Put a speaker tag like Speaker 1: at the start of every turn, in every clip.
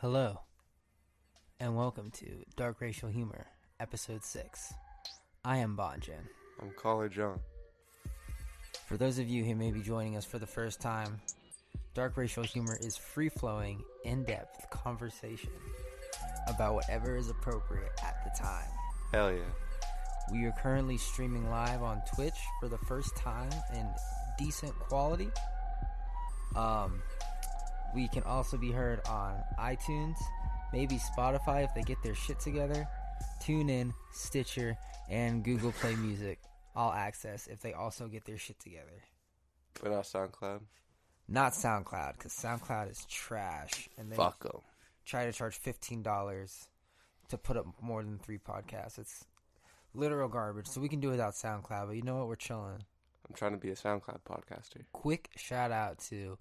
Speaker 1: Hello, and welcome to Dark Racial Humor, Episode 6. I am Bonjan.
Speaker 2: I'm Caller John.
Speaker 1: For those of you who may be joining us for the first time, Dark Racial Humor is free flowing, in depth conversation about whatever is appropriate at the time.
Speaker 2: Hell yeah.
Speaker 1: We are currently streaming live on Twitch for the first time in decent quality. Um, we can also be heard on iTunes, maybe Spotify if they get their shit together, TuneIn, Stitcher, and Google Play Music. All access if they also get their shit together.
Speaker 2: But not SoundCloud.
Speaker 1: Not SoundCloud, because SoundCloud is trash. And they
Speaker 2: Fuck 'em.
Speaker 1: try to charge $15 to put up more than three podcasts. It's literal garbage. So we can do without SoundCloud, but you know what? We're chilling.
Speaker 2: I'm trying to be a SoundCloud podcaster.
Speaker 1: quick shout out to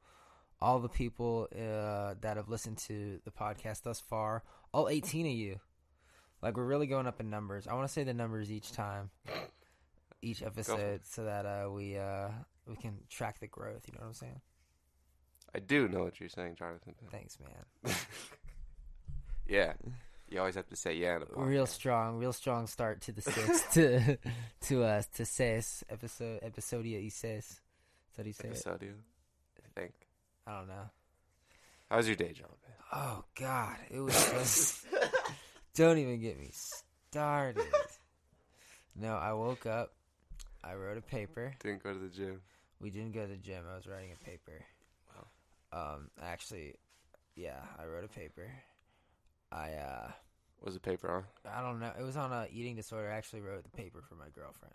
Speaker 1: all the people uh, that have listened to the podcast thus far. All 18 of you. Like, we're really going up in numbers. I want to say the numbers each time, each episode, so that uh, we uh, we can track the growth. You know what I'm saying?
Speaker 2: I do know what you're saying, Jonathan.
Speaker 1: Thanks, man.
Speaker 2: Yeah. You always have to say yeah in a podcast.
Speaker 1: Real strong, real strong start to the six to to us to ses episode episodia y ses. So do you say it?
Speaker 2: episode, yeah, I think.
Speaker 1: I don't know.
Speaker 2: How was your day, Jonathan?
Speaker 1: Oh God, it was just. don't even get me started. No, I woke up. I wrote a paper.
Speaker 2: Didn't go to the gym.
Speaker 1: We didn't go to the gym. I was writing a paper. Um, actually, yeah, I wrote a paper. I uh,
Speaker 2: Was the paper on?
Speaker 1: I don't know. It was on a eating disorder. I actually wrote the paper for my girlfriend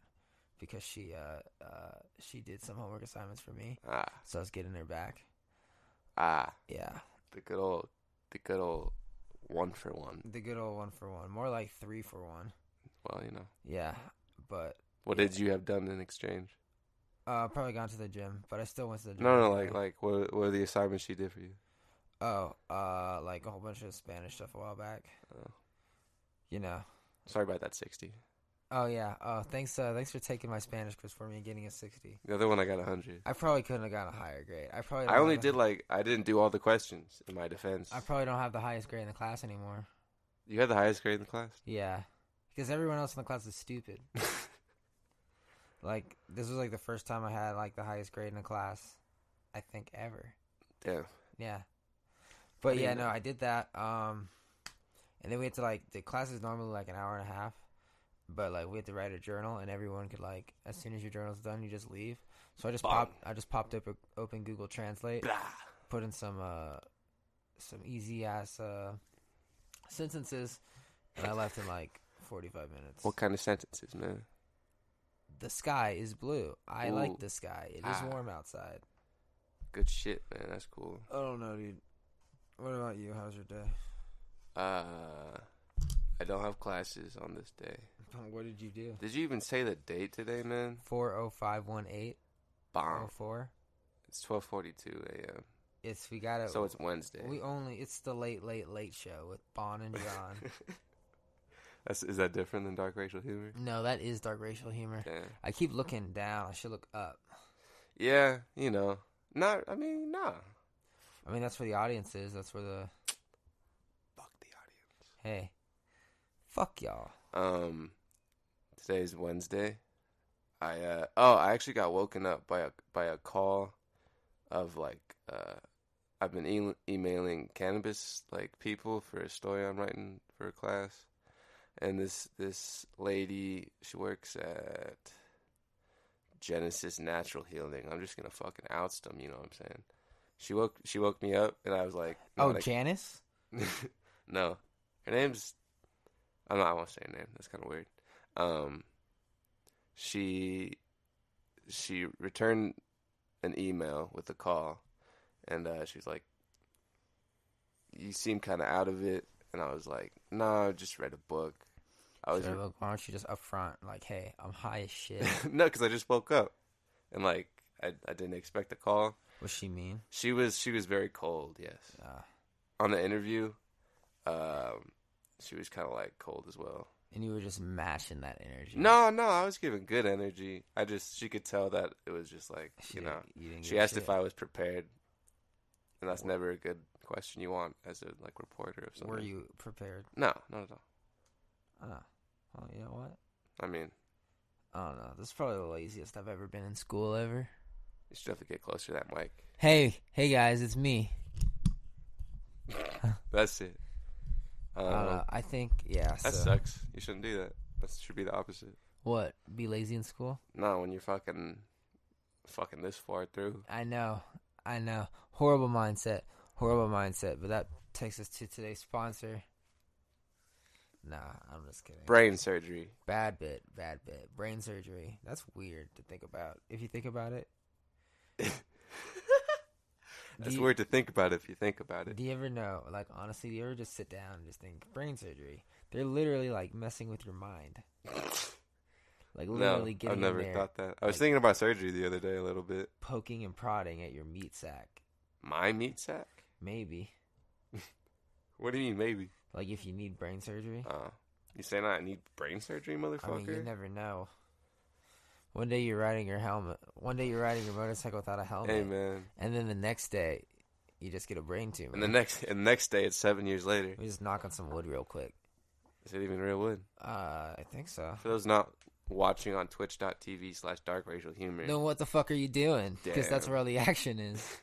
Speaker 1: because she uh, uh she did some homework assignments for me,
Speaker 2: Ah,
Speaker 1: so I was getting her back.
Speaker 2: ah,
Speaker 1: Yeah,
Speaker 2: the good old, the good old one for one.
Speaker 1: the good old one for one, more like three for one.
Speaker 2: Well, you know,
Speaker 1: Yeah, but
Speaker 2: what did you have done in exchange?
Speaker 1: Uh, probably gone to the gym, but I still went to the gym.
Speaker 2: No, no,
Speaker 1: anyway.
Speaker 2: like, like, what, what are the assignments she did for you?
Speaker 1: oh, uh, like a whole bunch of Spanish stuff a while back.
Speaker 2: Oh.
Speaker 1: You know.
Speaker 2: Sorry about that sixty.
Speaker 1: Oh yeah. Oh, thanks. Uh, thanks for taking my Spanish quiz for me and getting a sixty.
Speaker 2: The other one I got a hundred.
Speaker 1: I probably couldn't have gotten a higher grade. I probably. don't
Speaker 2: I only
Speaker 1: have the-
Speaker 2: did like I didn't do all the questions. In my defense,
Speaker 1: I probably don't have the highest grade in the class anymore.
Speaker 2: you had the highest grade in the class.
Speaker 1: Yeah, because everyone else in the class is stupid. like this was like the first time I had like the highest grade in the class, I think ever.
Speaker 2: Damn.
Speaker 1: Yeah. But
Speaker 2: didn't
Speaker 1: yeah, no,
Speaker 2: know.
Speaker 1: I did that. Um and then we had to like the class is normally like an hour and a half. But like we had to write a journal and everyone could like as soon as your journal's done you just leave. So I just
Speaker 2: Bong.
Speaker 1: popped I just popped up uh, open Google Translate,
Speaker 2: Blah.
Speaker 1: put in some uh some easy ass uh sentences and I left in like forty five minutes.
Speaker 2: What kind of sentences, man?
Speaker 1: The sky is blue. I like
Speaker 2: Ooh.
Speaker 1: the sky. It is
Speaker 2: Ah.
Speaker 1: warm outside.
Speaker 2: Good shit, man. That's cool.
Speaker 1: I don't know, dude. What about you? How's your day?
Speaker 2: Uh, I don't have classes on this day.
Speaker 1: What did you do?
Speaker 2: Did you even say the date today, man?
Speaker 1: 40518
Speaker 2: Bomb.
Speaker 1: 04.
Speaker 2: It's twelve forty-two a.m.
Speaker 1: It's we got it.
Speaker 2: So it's Wednesday.
Speaker 1: we only it's the late late late show with Bon and John.
Speaker 2: That's is that different than dark racial humor?
Speaker 1: no, that is dark racial humor.
Speaker 2: Damn.
Speaker 1: I keep looking down. I should look up.
Speaker 2: Yeah, you know, not. I mean, nah.
Speaker 1: I mean, that's where the audience is. That's where the
Speaker 2: Fuck the
Speaker 1: hey, fuck y'all.
Speaker 2: audience. Um, today's Wednesday. I uh oh, I actually got woken up by a by a call of like uh I've been e- emailing cannabis like people for a story I'm writing for a class, and this this lady she works at Genesis Natural Healing. I'm just gonna fucking oust them, you know what I'm saying? She woke she woke me up, and I was like, no,
Speaker 1: Oh,
Speaker 2: like-
Speaker 1: Janice.
Speaker 2: no, her name's I don't know. I won't say her name. That's kind of weird. Um, she she returned an email with a call, and uh, she was like, "You seem kind of out of it." And I was like, "No, I just read a book." I was
Speaker 1: Should've looked- Why don't you just up front like, hey, I'm high as shit.
Speaker 2: no, because I just woke up, and like I I didn't expect a call.
Speaker 1: What's she mean?
Speaker 2: She was she was very cold. Yes.
Speaker 1: Uh,
Speaker 2: On the interview, um, she was kind of like cold as well.
Speaker 1: and you were just matching that energy.
Speaker 2: No, no, I was giving good energy. I just she could tell that it was just like
Speaker 1: She
Speaker 2: you know
Speaker 1: didn't- you didn't
Speaker 2: she
Speaker 1: give a
Speaker 2: asked
Speaker 1: shit.
Speaker 2: if I was prepared, and that's never a good question you want as a like reporter of something.
Speaker 1: Were you prepared?
Speaker 2: No, not at all.
Speaker 1: Ah, well, you know what?
Speaker 2: I mean,
Speaker 1: I don't know. This is probably the laziest I've ever been in school ever.
Speaker 2: you should have to get closer to that mic.
Speaker 1: Hey, hey guys, it's me.
Speaker 2: That's it. Um,
Speaker 1: I don't know. I think yeah.
Speaker 2: that
Speaker 1: so-
Speaker 2: sucks. You shouldn't do that. That should be the opposite.
Speaker 1: What? Be lazy in school?
Speaker 2: No, when you're fucking, fucking this far through.
Speaker 1: I know. I know. Horrible mindset. Horrible mindset. But that takes us to today's sponsor. Nah, I'm just kidding.
Speaker 2: Brain surgery.
Speaker 1: bad bit, bad bit. Brain surgery. That's weird to think about. If you think about it.
Speaker 2: That's
Speaker 1: you-
Speaker 2: weird to think about if you think about it.
Speaker 1: Do you ever know, like honestly, do you ever just sit down and just think brain surgery? They're literally like messing with your mind. Like
Speaker 2: No,
Speaker 1: literally
Speaker 2: I've
Speaker 1: getting
Speaker 2: never
Speaker 1: in there,
Speaker 2: thought that. I was
Speaker 1: like-
Speaker 2: thinking about surgery the other day a little bit.
Speaker 1: poking and prodding at your meat sack.
Speaker 2: My meat sack?
Speaker 1: Maybe.
Speaker 2: What do you mean, maybe?
Speaker 1: Like if you need brain surgery.
Speaker 2: Uh, you saying I need brain surgery, motherfucker?
Speaker 1: I mean, you never know. One day you're riding your helmet. One day you're riding your motorcycle without a helmet.
Speaker 2: hey, man.
Speaker 1: And then the next day, you just get a brain tumor.
Speaker 2: And the next and the next day, it's seven years later.
Speaker 1: we just knock on some wood real quick.
Speaker 2: Is it even real wood?
Speaker 1: Uh, I think so.
Speaker 2: For those not watching on twitch.tv slash dark racial humor,
Speaker 1: Then what the fuck are you doing? Because that's
Speaker 2: Damn.
Speaker 1: where all the action is.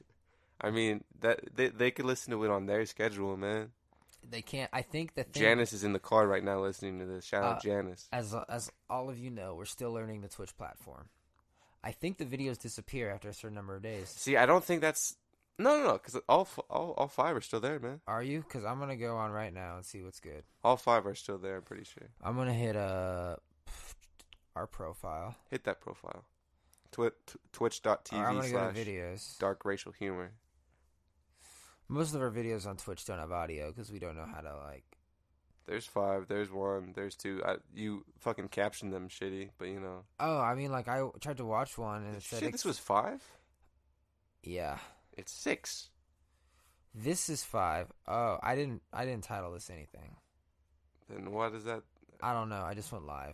Speaker 2: I mean, that they, they could listen to it on their schedule, man.
Speaker 1: They can't. I think the thing.
Speaker 2: Janice is in the car right now listening to this. Shout out
Speaker 1: Uh,
Speaker 2: Janice.
Speaker 1: As as all of you know, we're still learning the Twitch platform. I think the videos disappear after a certain number of days.
Speaker 2: See, I don't think that's. No, no, no, because all, f- all, all five are still there, man.
Speaker 1: Are you? Because I'm gonna go on right now and see what's good.
Speaker 2: All five are still there, I'm pretty sure.
Speaker 1: I'm gonna hit uh our profile.
Speaker 2: Hit that profile. Twi- t- twitch.tv
Speaker 1: Or I'm gonna go
Speaker 2: slash
Speaker 1: to videos.
Speaker 2: dark racial humor.
Speaker 1: Most of our videos on Twitch don't have audio because we don't know how to like.
Speaker 2: There's five. There's one. There's two. I, you fucking captioned them shitty, but you know.
Speaker 1: Oh, I mean, like I tried to watch one and it said,
Speaker 2: Shit,
Speaker 1: ex-
Speaker 2: this was five?
Speaker 1: yeah,
Speaker 2: It's six.
Speaker 1: this is five. Oh, I didn't, I didn't title this anything.
Speaker 2: Then why does that.
Speaker 1: I don't know. I just went live.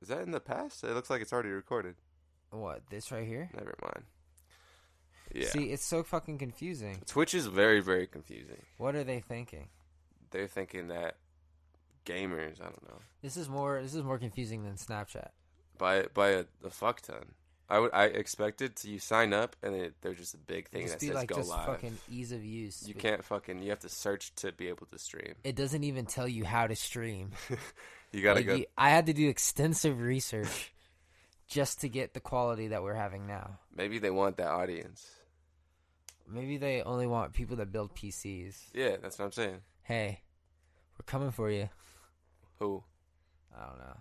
Speaker 2: Is that in the past? It looks like it's already recorded.
Speaker 1: What this right here?
Speaker 2: Never mind. Yeah.
Speaker 1: See, it's so fucking confusing.
Speaker 2: Twitch is very, very confusing.
Speaker 1: What are they thinking?
Speaker 2: They're thinking that gamers, I don't know,
Speaker 1: This is more. This is more confusing than Snapchat.
Speaker 2: by by a, a fuck ton. I would I expected to you sign up and it, there's just a big thing
Speaker 1: Just
Speaker 2: that
Speaker 1: be
Speaker 2: says
Speaker 1: like
Speaker 2: go
Speaker 1: just
Speaker 2: live.
Speaker 1: fucking ease of use.
Speaker 2: you
Speaker 1: Be-
Speaker 2: can't fucking. You have to search to be able to stream.
Speaker 1: It doesn't even tell you how to stream.
Speaker 2: You gotta
Speaker 1: Like,
Speaker 2: go.
Speaker 1: you- I had to do extensive research just to get the quality that we're having now.
Speaker 2: Maybe they want that audience.
Speaker 1: Maybe they only want people that build PCs.
Speaker 2: Yeah, that's what I'm saying.
Speaker 1: Hey, we're coming for you.
Speaker 2: Who
Speaker 1: I don't know.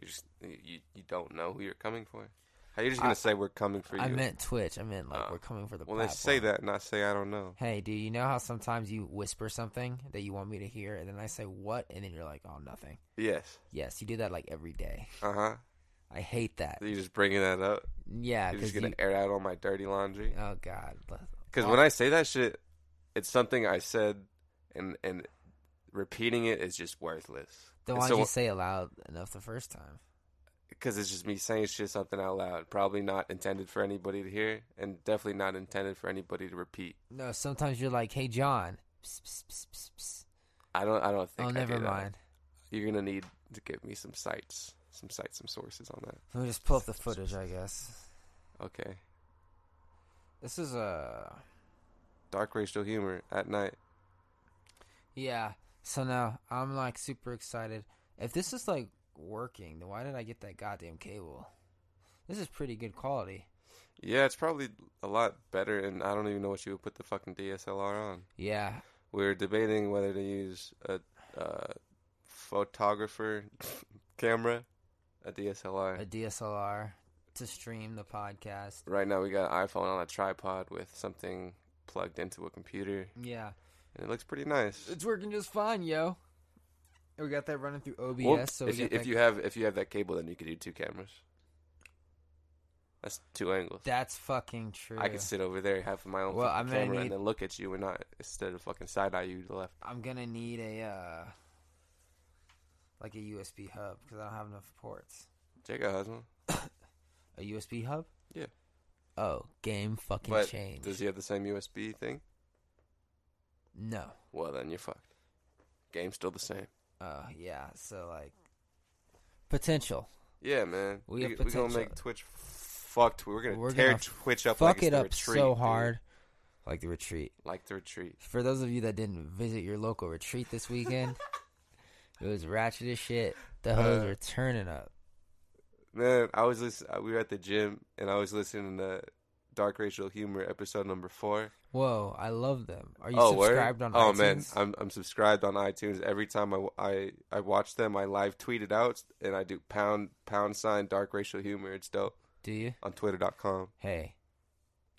Speaker 2: you just you you don't know who you're coming for. How you just gonna
Speaker 1: I-
Speaker 2: say we're coming for you?
Speaker 1: I meant Twitch. I meant like
Speaker 2: Oh.
Speaker 1: we're coming for the.
Speaker 2: well,
Speaker 1: platform.
Speaker 2: they say that, and I say I don't know.
Speaker 1: Hey, dude, you know how sometimes you whisper something that you want me to hear, and then I say what, and then you're like, oh, nothing.
Speaker 2: Yes.
Speaker 1: Yes, you do that like every day.
Speaker 2: Uh huh.
Speaker 1: I hate that.
Speaker 2: You just bringing that up.
Speaker 1: Yeah,
Speaker 2: You're just
Speaker 1: because
Speaker 2: gonna air out all my dirty laundry.
Speaker 1: Oh God.
Speaker 2: Because when I say that shit, it's something I said, and and repeating it is just worthless.
Speaker 1: Then
Speaker 2: And
Speaker 1: why
Speaker 2: so-
Speaker 1: did you say it loud enough the first time?
Speaker 2: Because it's just me saying shit something out loud, probably not intended for anybody to hear, and definitely not intended for anybody to repeat.
Speaker 1: No, sometimes you're like, "Hey, John." Psst, psst, psst, psst, psst.
Speaker 2: I don't. I don't think.
Speaker 1: Oh,
Speaker 2: I
Speaker 1: never
Speaker 2: do that.
Speaker 1: mind.
Speaker 2: You're gonna need to give me some sites, some sites, some sources on that.
Speaker 1: Let me just pull up the footage, I guess.
Speaker 2: Okay.
Speaker 1: This is uh, a
Speaker 2: Dark racial humor at night.
Speaker 1: yeah. So now I'm like super excited. If this is like working, then why did I get that goddamn cable? This is pretty good quality.
Speaker 2: Yeah, it's probably a lot better, and I don't even know what you would put the fucking DSLR on.
Speaker 1: Yeah,
Speaker 2: we were debating whether to use a, uh photographer camera, a DSLR.
Speaker 1: a DSLR to stream the podcast.
Speaker 2: right now, we got an iPhone on a tripod with something plugged into a computer,
Speaker 1: Yeah,
Speaker 2: and it looks pretty nice.
Speaker 1: it's working just fine, yo. And we got that running through OBS.
Speaker 2: Well,
Speaker 1: so we
Speaker 2: if you
Speaker 1: got
Speaker 2: if
Speaker 1: that-
Speaker 2: you have if you have that cable, then you could do two cameras. That's two angles.
Speaker 1: that's fucking true.
Speaker 2: I could sit over there, have my own
Speaker 1: Well,
Speaker 2: fucking
Speaker 1: I'm gonna
Speaker 2: camera,
Speaker 1: need-
Speaker 2: and then look at you, and not instead of fucking side eye you to the left.
Speaker 1: I'm gonna need a uh, like a USB hub because I don't have enough ports.
Speaker 2: Check out husband.
Speaker 1: A USB hub?
Speaker 2: Yeah.
Speaker 1: Oh, game fucking
Speaker 2: But
Speaker 1: change.
Speaker 2: does he have the same USB thing?
Speaker 1: No.
Speaker 2: Well, then you're fucked. Game's still the same.
Speaker 1: Uh, yeah. So like, potential.
Speaker 2: Yeah, man.
Speaker 1: We have
Speaker 2: we gonna
Speaker 1: potential.
Speaker 2: make Twitch fucked. We're gonna
Speaker 1: We're
Speaker 2: tear
Speaker 1: gonna
Speaker 2: Twitch up.
Speaker 1: Fuck
Speaker 2: like it's
Speaker 1: it
Speaker 2: the
Speaker 1: up
Speaker 2: retreat,
Speaker 1: so
Speaker 2: dude.
Speaker 1: hard, like the retreat.
Speaker 2: Like the retreat.
Speaker 1: For those of you that didn't visit your local retreat this weekend, it was ratchet as shit. The hoes
Speaker 2: Uh,
Speaker 1: were turning up.
Speaker 2: Man, I was listening. We were at the gym, and I was listening to Dark Racial Humor episode number four.
Speaker 1: Whoa, I love them. Are you
Speaker 2: oh, word?
Speaker 1: subscribed on
Speaker 2: Oh
Speaker 1: iTunes?
Speaker 2: man, I'm I'm subscribed on iTunes. Every time I, I I watch them, I live tweet it out, and I do pound pound sign Dark Racial Humor. It's dope
Speaker 1: Do you?
Speaker 2: on Twitter.com.
Speaker 1: Hey,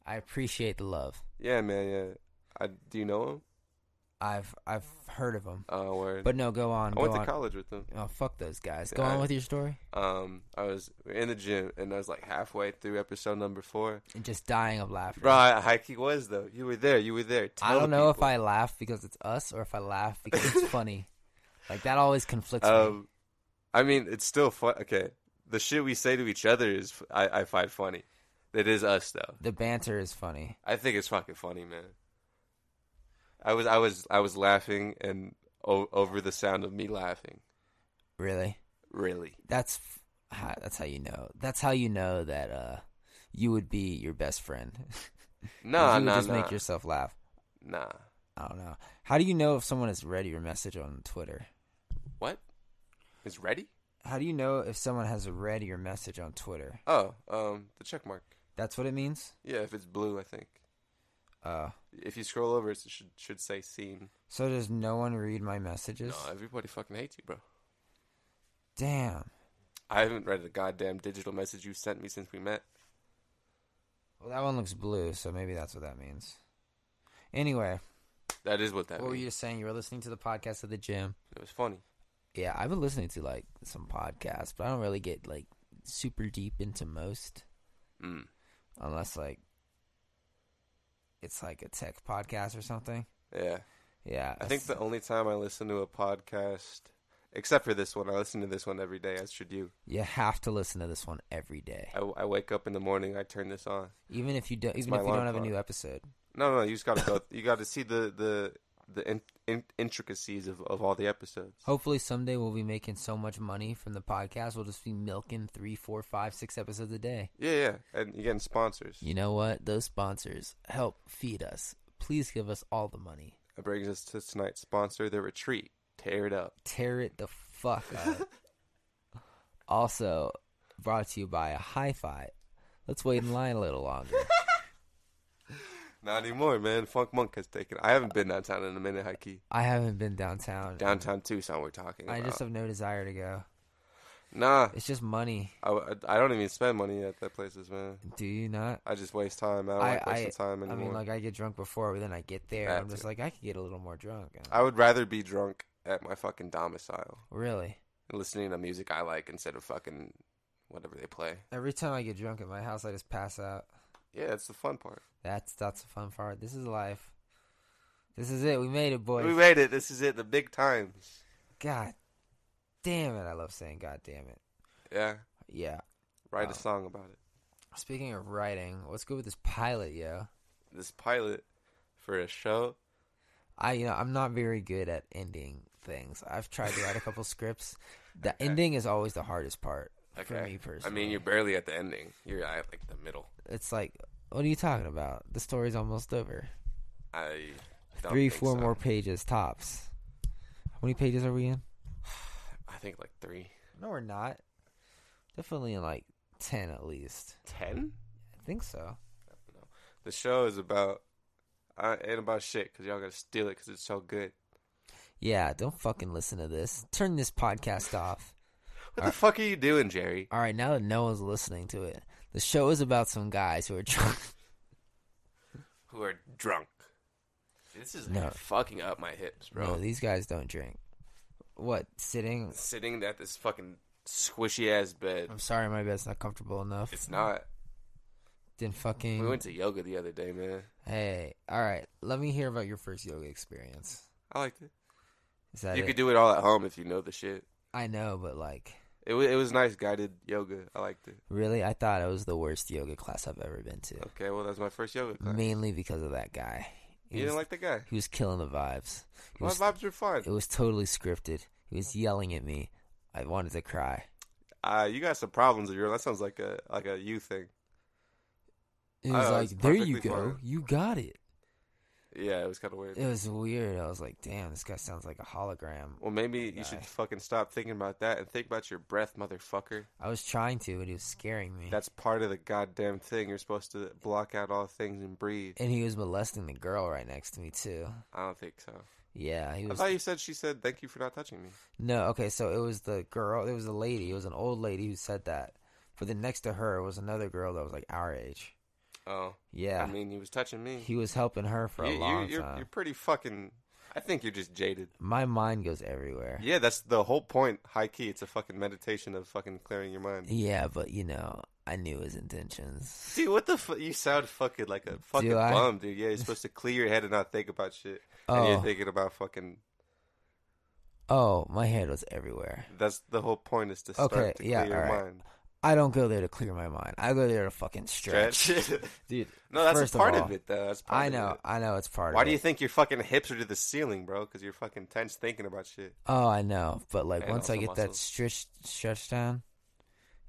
Speaker 1: I appreciate the love.
Speaker 2: Yeah, man. Yeah. I do you know him?
Speaker 1: I've I've heard of them,
Speaker 2: Oh, word.
Speaker 1: but no, go on.
Speaker 2: I
Speaker 1: Go
Speaker 2: went
Speaker 1: on.
Speaker 2: to college with him.
Speaker 1: Oh fuck those guys.
Speaker 2: Yeah,
Speaker 1: Go
Speaker 2: I-
Speaker 1: on with your story.
Speaker 2: Um, I was in the gym, and I was like halfway through episode number four.
Speaker 1: And just dying of laughter.
Speaker 2: Bro, I, I he was though. You were there. You were there.
Speaker 1: I
Speaker 2: Tell
Speaker 1: don't know if
Speaker 2: people.
Speaker 1: I laugh because it's us or if I laugh because it's funny. Like that always conflicts me.
Speaker 2: Um, I mean, it's still fun. Okay, the shit we say to each other is f- I, I find funny. It is us though.
Speaker 1: The banter is funny.
Speaker 2: I think it's fucking funny, man. I was I was I was laughing and o- over the sound of me laughing.
Speaker 1: Really,
Speaker 2: Really,
Speaker 1: that's f- ha- that's how you know. That's how you know that uh, you would be your best friend.
Speaker 2: nah,
Speaker 1: you would
Speaker 2: nah,
Speaker 1: just
Speaker 2: nah,
Speaker 1: make yourself laugh.
Speaker 2: nah.
Speaker 1: I don't know. How do you know if someone has read your message on Twitter?
Speaker 2: What? Is ready?
Speaker 1: How do you know if someone has read your message on Twitter?
Speaker 2: Oh, um, the check mark.
Speaker 1: That's what it means.
Speaker 2: Yeah, if it's blue, I think.
Speaker 1: Uh,
Speaker 2: If you scroll over, it should should say seen.
Speaker 1: so does no one read my messages?
Speaker 2: No, everybody fucking hates you, bro.
Speaker 1: Damn.
Speaker 2: I haven't read a goddamn digital message you sent me since we met.
Speaker 1: Well, that one looks blue, so maybe that's what that means. Anyway,
Speaker 2: That is what that
Speaker 1: what were
Speaker 2: means.
Speaker 1: you saying? You were listening to the podcast at the gym.
Speaker 2: It was funny.
Speaker 1: Yeah, I've been listening to like some podcasts, but I don't really get like super deep into most
Speaker 2: Mm.
Speaker 1: unless like it's like a tech podcast or something.
Speaker 2: Yeah.
Speaker 1: Yeah.
Speaker 2: I think
Speaker 1: that's-
Speaker 2: the only time I listen to a podcast, except for this one, I listen to this one every day, as should you.
Speaker 1: you have to listen to this one every day.
Speaker 2: I, I wake up in the morning, I turn this on.
Speaker 1: Even if you don't even
Speaker 2: my
Speaker 1: if you don't
Speaker 2: alarm
Speaker 1: have a
Speaker 2: clock.
Speaker 1: new episode.
Speaker 2: No, no, you just gotta go. You gotta see the the the in, in, intricacies of, of all the episodes.
Speaker 1: Hopefully someday we'll be making so much money from the podcast we'll just be milking three, four, five, six episodes a day.
Speaker 2: Yeah, yeah, and you're getting sponsors.
Speaker 1: You know what? Those sponsors help feed us. Please give us all the money.
Speaker 2: That brings us to tonight's sponsor, the retreat. Tear it up.
Speaker 1: Tear it the fuck up. also, brought to you by a hi fi. Let's wait in line a little longer.
Speaker 2: Not anymore, man. Funk Monk has taken. I haven't been downtown in a minute, Hikey.
Speaker 1: I haven't been downtown.
Speaker 2: Downtown Tucson, we're talking.
Speaker 1: I
Speaker 2: About.
Speaker 1: just have no desire to go.
Speaker 2: nah.
Speaker 1: It's just money.
Speaker 2: I, I don't even spend money at that places, man.
Speaker 1: Do you not?
Speaker 2: I just waste time. I don't
Speaker 1: I-
Speaker 2: like wasting time
Speaker 1: I
Speaker 2: anymore.
Speaker 1: mean, like I get drunk before, but then I get there.
Speaker 2: That
Speaker 1: I'm just
Speaker 2: too.
Speaker 1: like I could get a little more drunk. And-
Speaker 2: I would rather be drunk at my fucking domicile
Speaker 1: really,
Speaker 2: and listening to music I like instead of fucking whatever they play.
Speaker 1: every time I get drunk at my house, I just pass out.
Speaker 2: Yeah, that's the fun part.
Speaker 1: That's that's the fun part. This is life. This is it. We made it, boys.
Speaker 2: We made it. This is it. The big times.
Speaker 1: God damn it! I love saying God damn it.
Speaker 2: Yeah.
Speaker 1: Yeah.
Speaker 2: Write
Speaker 1: Wow.
Speaker 2: a song about it.
Speaker 1: Speaking of writing, let's go with this pilot, yo.
Speaker 2: This pilot for a show.
Speaker 1: I you know I'm not very good at ending things. I've tried to write a couple scripts. The
Speaker 2: Okay.
Speaker 1: ending is always the hardest part for me
Speaker 2: I
Speaker 1: personally.
Speaker 2: mean, you're barely at the ending. You're at like the middle.
Speaker 1: it's like, what are you talking about? The story's almost over.
Speaker 2: I don't
Speaker 1: Three,
Speaker 2: think
Speaker 1: four
Speaker 2: so.
Speaker 1: more pages tops. How many pages are we in?
Speaker 2: I think like three,
Speaker 1: No, we're not. Definitely in like ten at least.
Speaker 2: ten.
Speaker 1: I think so.
Speaker 2: The show is about. I ain't about shit because y'all gotta steal it because it's so good.
Speaker 1: Yeah, don't fucking listen to this. Turn this podcast off.
Speaker 2: What
Speaker 1: Uh,
Speaker 2: the fuck are you doing, Jerry?
Speaker 1: All right, now that no one's listening to it, the show is about some guys who are drunk.
Speaker 2: who are drunk. This is
Speaker 1: No.
Speaker 2: fucking up my hips, bro.
Speaker 1: No, these guys don't drink. What sitting?
Speaker 2: Sitting at this fucking squishy ass bed.
Speaker 1: I'm sorry, my bed's not comfortable enough.
Speaker 2: It's not.
Speaker 1: Then fucking.
Speaker 2: We went to yoga the other day, man.
Speaker 1: hey, all right. Let me hear about your first yoga experience.
Speaker 2: I liked it.
Speaker 1: Is that
Speaker 2: you
Speaker 1: it?
Speaker 2: could do it all at home if you know the shit.
Speaker 1: I know, but like,
Speaker 2: It was it was nice guided yoga. I liked it.
Speaker 1: really, I thought it was the worst yoga class I've ever been to.
Speaker 2: Okay, well that's my first yoga class.
Speaker 1: Mainly because of that guy.
Speaker 2: You didn't like the guy.
Speaker 1: He was killing the vibes. He
Speaker 2: My
Speaker 1: was,
Speaker 2: vibes were fine.
Speaker 1: It was totally scripted. He was yelling at me. I wanted to cry.
Speaker 2: Uh, you got some problems of your. That sounds like a like a you thing.
Speaker 1: It
Speaker 2: I
Speaker 1: was
Speaker 2: know,
Speaker 1: like,
Speaker 2: Oh, it's
Speaker 1: there you
Speaker 2: perfectly
Speaker 1: go.
Speaker 2: fine.
Speaker 1: You got it.
Speaker 2: Yeah, it was kind of weird.
Speaker 1: It was weird. I was like, damn, this guy sounds like a hologram.
Speaker 2: Well, maybe you should
Speaker 1: Guy.
Speaker 2: fucking stop thinking about that and think about your breath, motherfucker.
Speaker 1: I was trying to, but he was scaring me.
Speaker 2: That's part of the goddamn thing. You're supposed to block out all things and breathe.
Speaker 1: and he was molesting the girl right next to me too.
Speaker 2: I don't think so.
Speaker 1: Yeah, he
Speaker 2: I
Speaker 1: was.
Speaker 2: thought you said she said thank you for not touching me.
Speaker 1: No, okay, so it was the girl. It was a lady. It was an old lady who said that. But then next to her was another girl that was like our age.
Speaker 2: Oh,
Speaker 1: Yeah,
Speaker 2: I mean, he was touching me.
Speaker 1: he was helping her for a
Speaker 2: you,
Speaker 1: long
Speaker 2: you, are
Speaker 1: time.
Speaker 2: you're pretty fucking. I think you're just jaded.
Speaker 1: My mind goes everywhere.
Speaker 2: Yeah, that's the whole point. High key, it's a fucking meditation of fucking clearing your mind.
Speaker 1: Yeah, but you know, I knew his intentions.
Speaker 2: Dude, what the fuck? You sound fucking like a fucking
Speaker 1: I?
Speaker 2: bum, dude. Yeah, you're supposed to clear your head and not think about shit. And you're
Speaker 1: Oh,
Speaker 2: thinking about fucking.
Speaker 1: oh, my head was everywhere.
Speaker 2: That's the whole point is to start
Speaker 1: Okay,
Speaker 2: to
Speaker 1: yeah,
Speaker 2: clear your
Speaker 1: alright.
Speaker 2: mind.
Speaker 1: I don't go there to clear my mind. I go there to fucking stretch,
Speaker 2: Stretch.
Speaker 1: dude.
Speaker 2: no, that's
Speaker 1: first
Speaker 2: a part
Speaker 1: of,
Speaker 2: of,
Speaker 1: all,
Speaker 2: it, though. That's part
Speaker 1: I
Speaker 2: of
Speaker 1: know,
Speaker 2: it.
Speaker 1: I know, it's part
Speaker 2: Why
Speaker 1: of
Speaker 2: do
Speaker 1: it.
Speaker 2: you think your fucking hips are to the ceiling, bro? Because you're fucking tense thinking about shit.
Speaker 1: Oh, I know, but like
Speaker 2: And
Speaker 1: once I
Speaker 2: also
Speaker 1: get that
Speaker 2: muscles.
Speaker 1: stretch stretch down,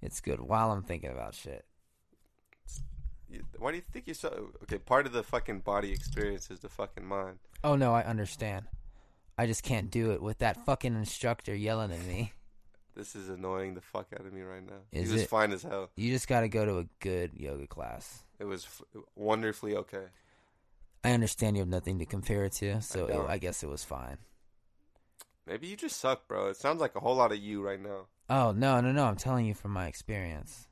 Speaker 1: it's good. While I'm thinking about shit,
Speaker 2: You- Why do you think you're so. Okay, part of the fucking body experience is the fucking mind.
Speaker 1: oh no, I understand. I just can't do it with that fucking instructor yelling at me.
Speaker 2: This is annoying the fuck out of me right now.
Speaker 1: Is
Speaker 2: he was
Speaker 1: it?
Speaker 2: fine as hell.
Speaker 1: You just got to go to a good yoga class.
Speaker 2: It was f- wonderfully okay.
Speaker 1: I understand you have nothing to compare it to, so
Speaker 2: don't.
Speaker 1: it, I guess it was fine.
Speaker 2: Maybe you just suck, bro. It sounds like a whole lot of you right now.
Speaker 1: Oh no, no, no! I'm telling you from my experience.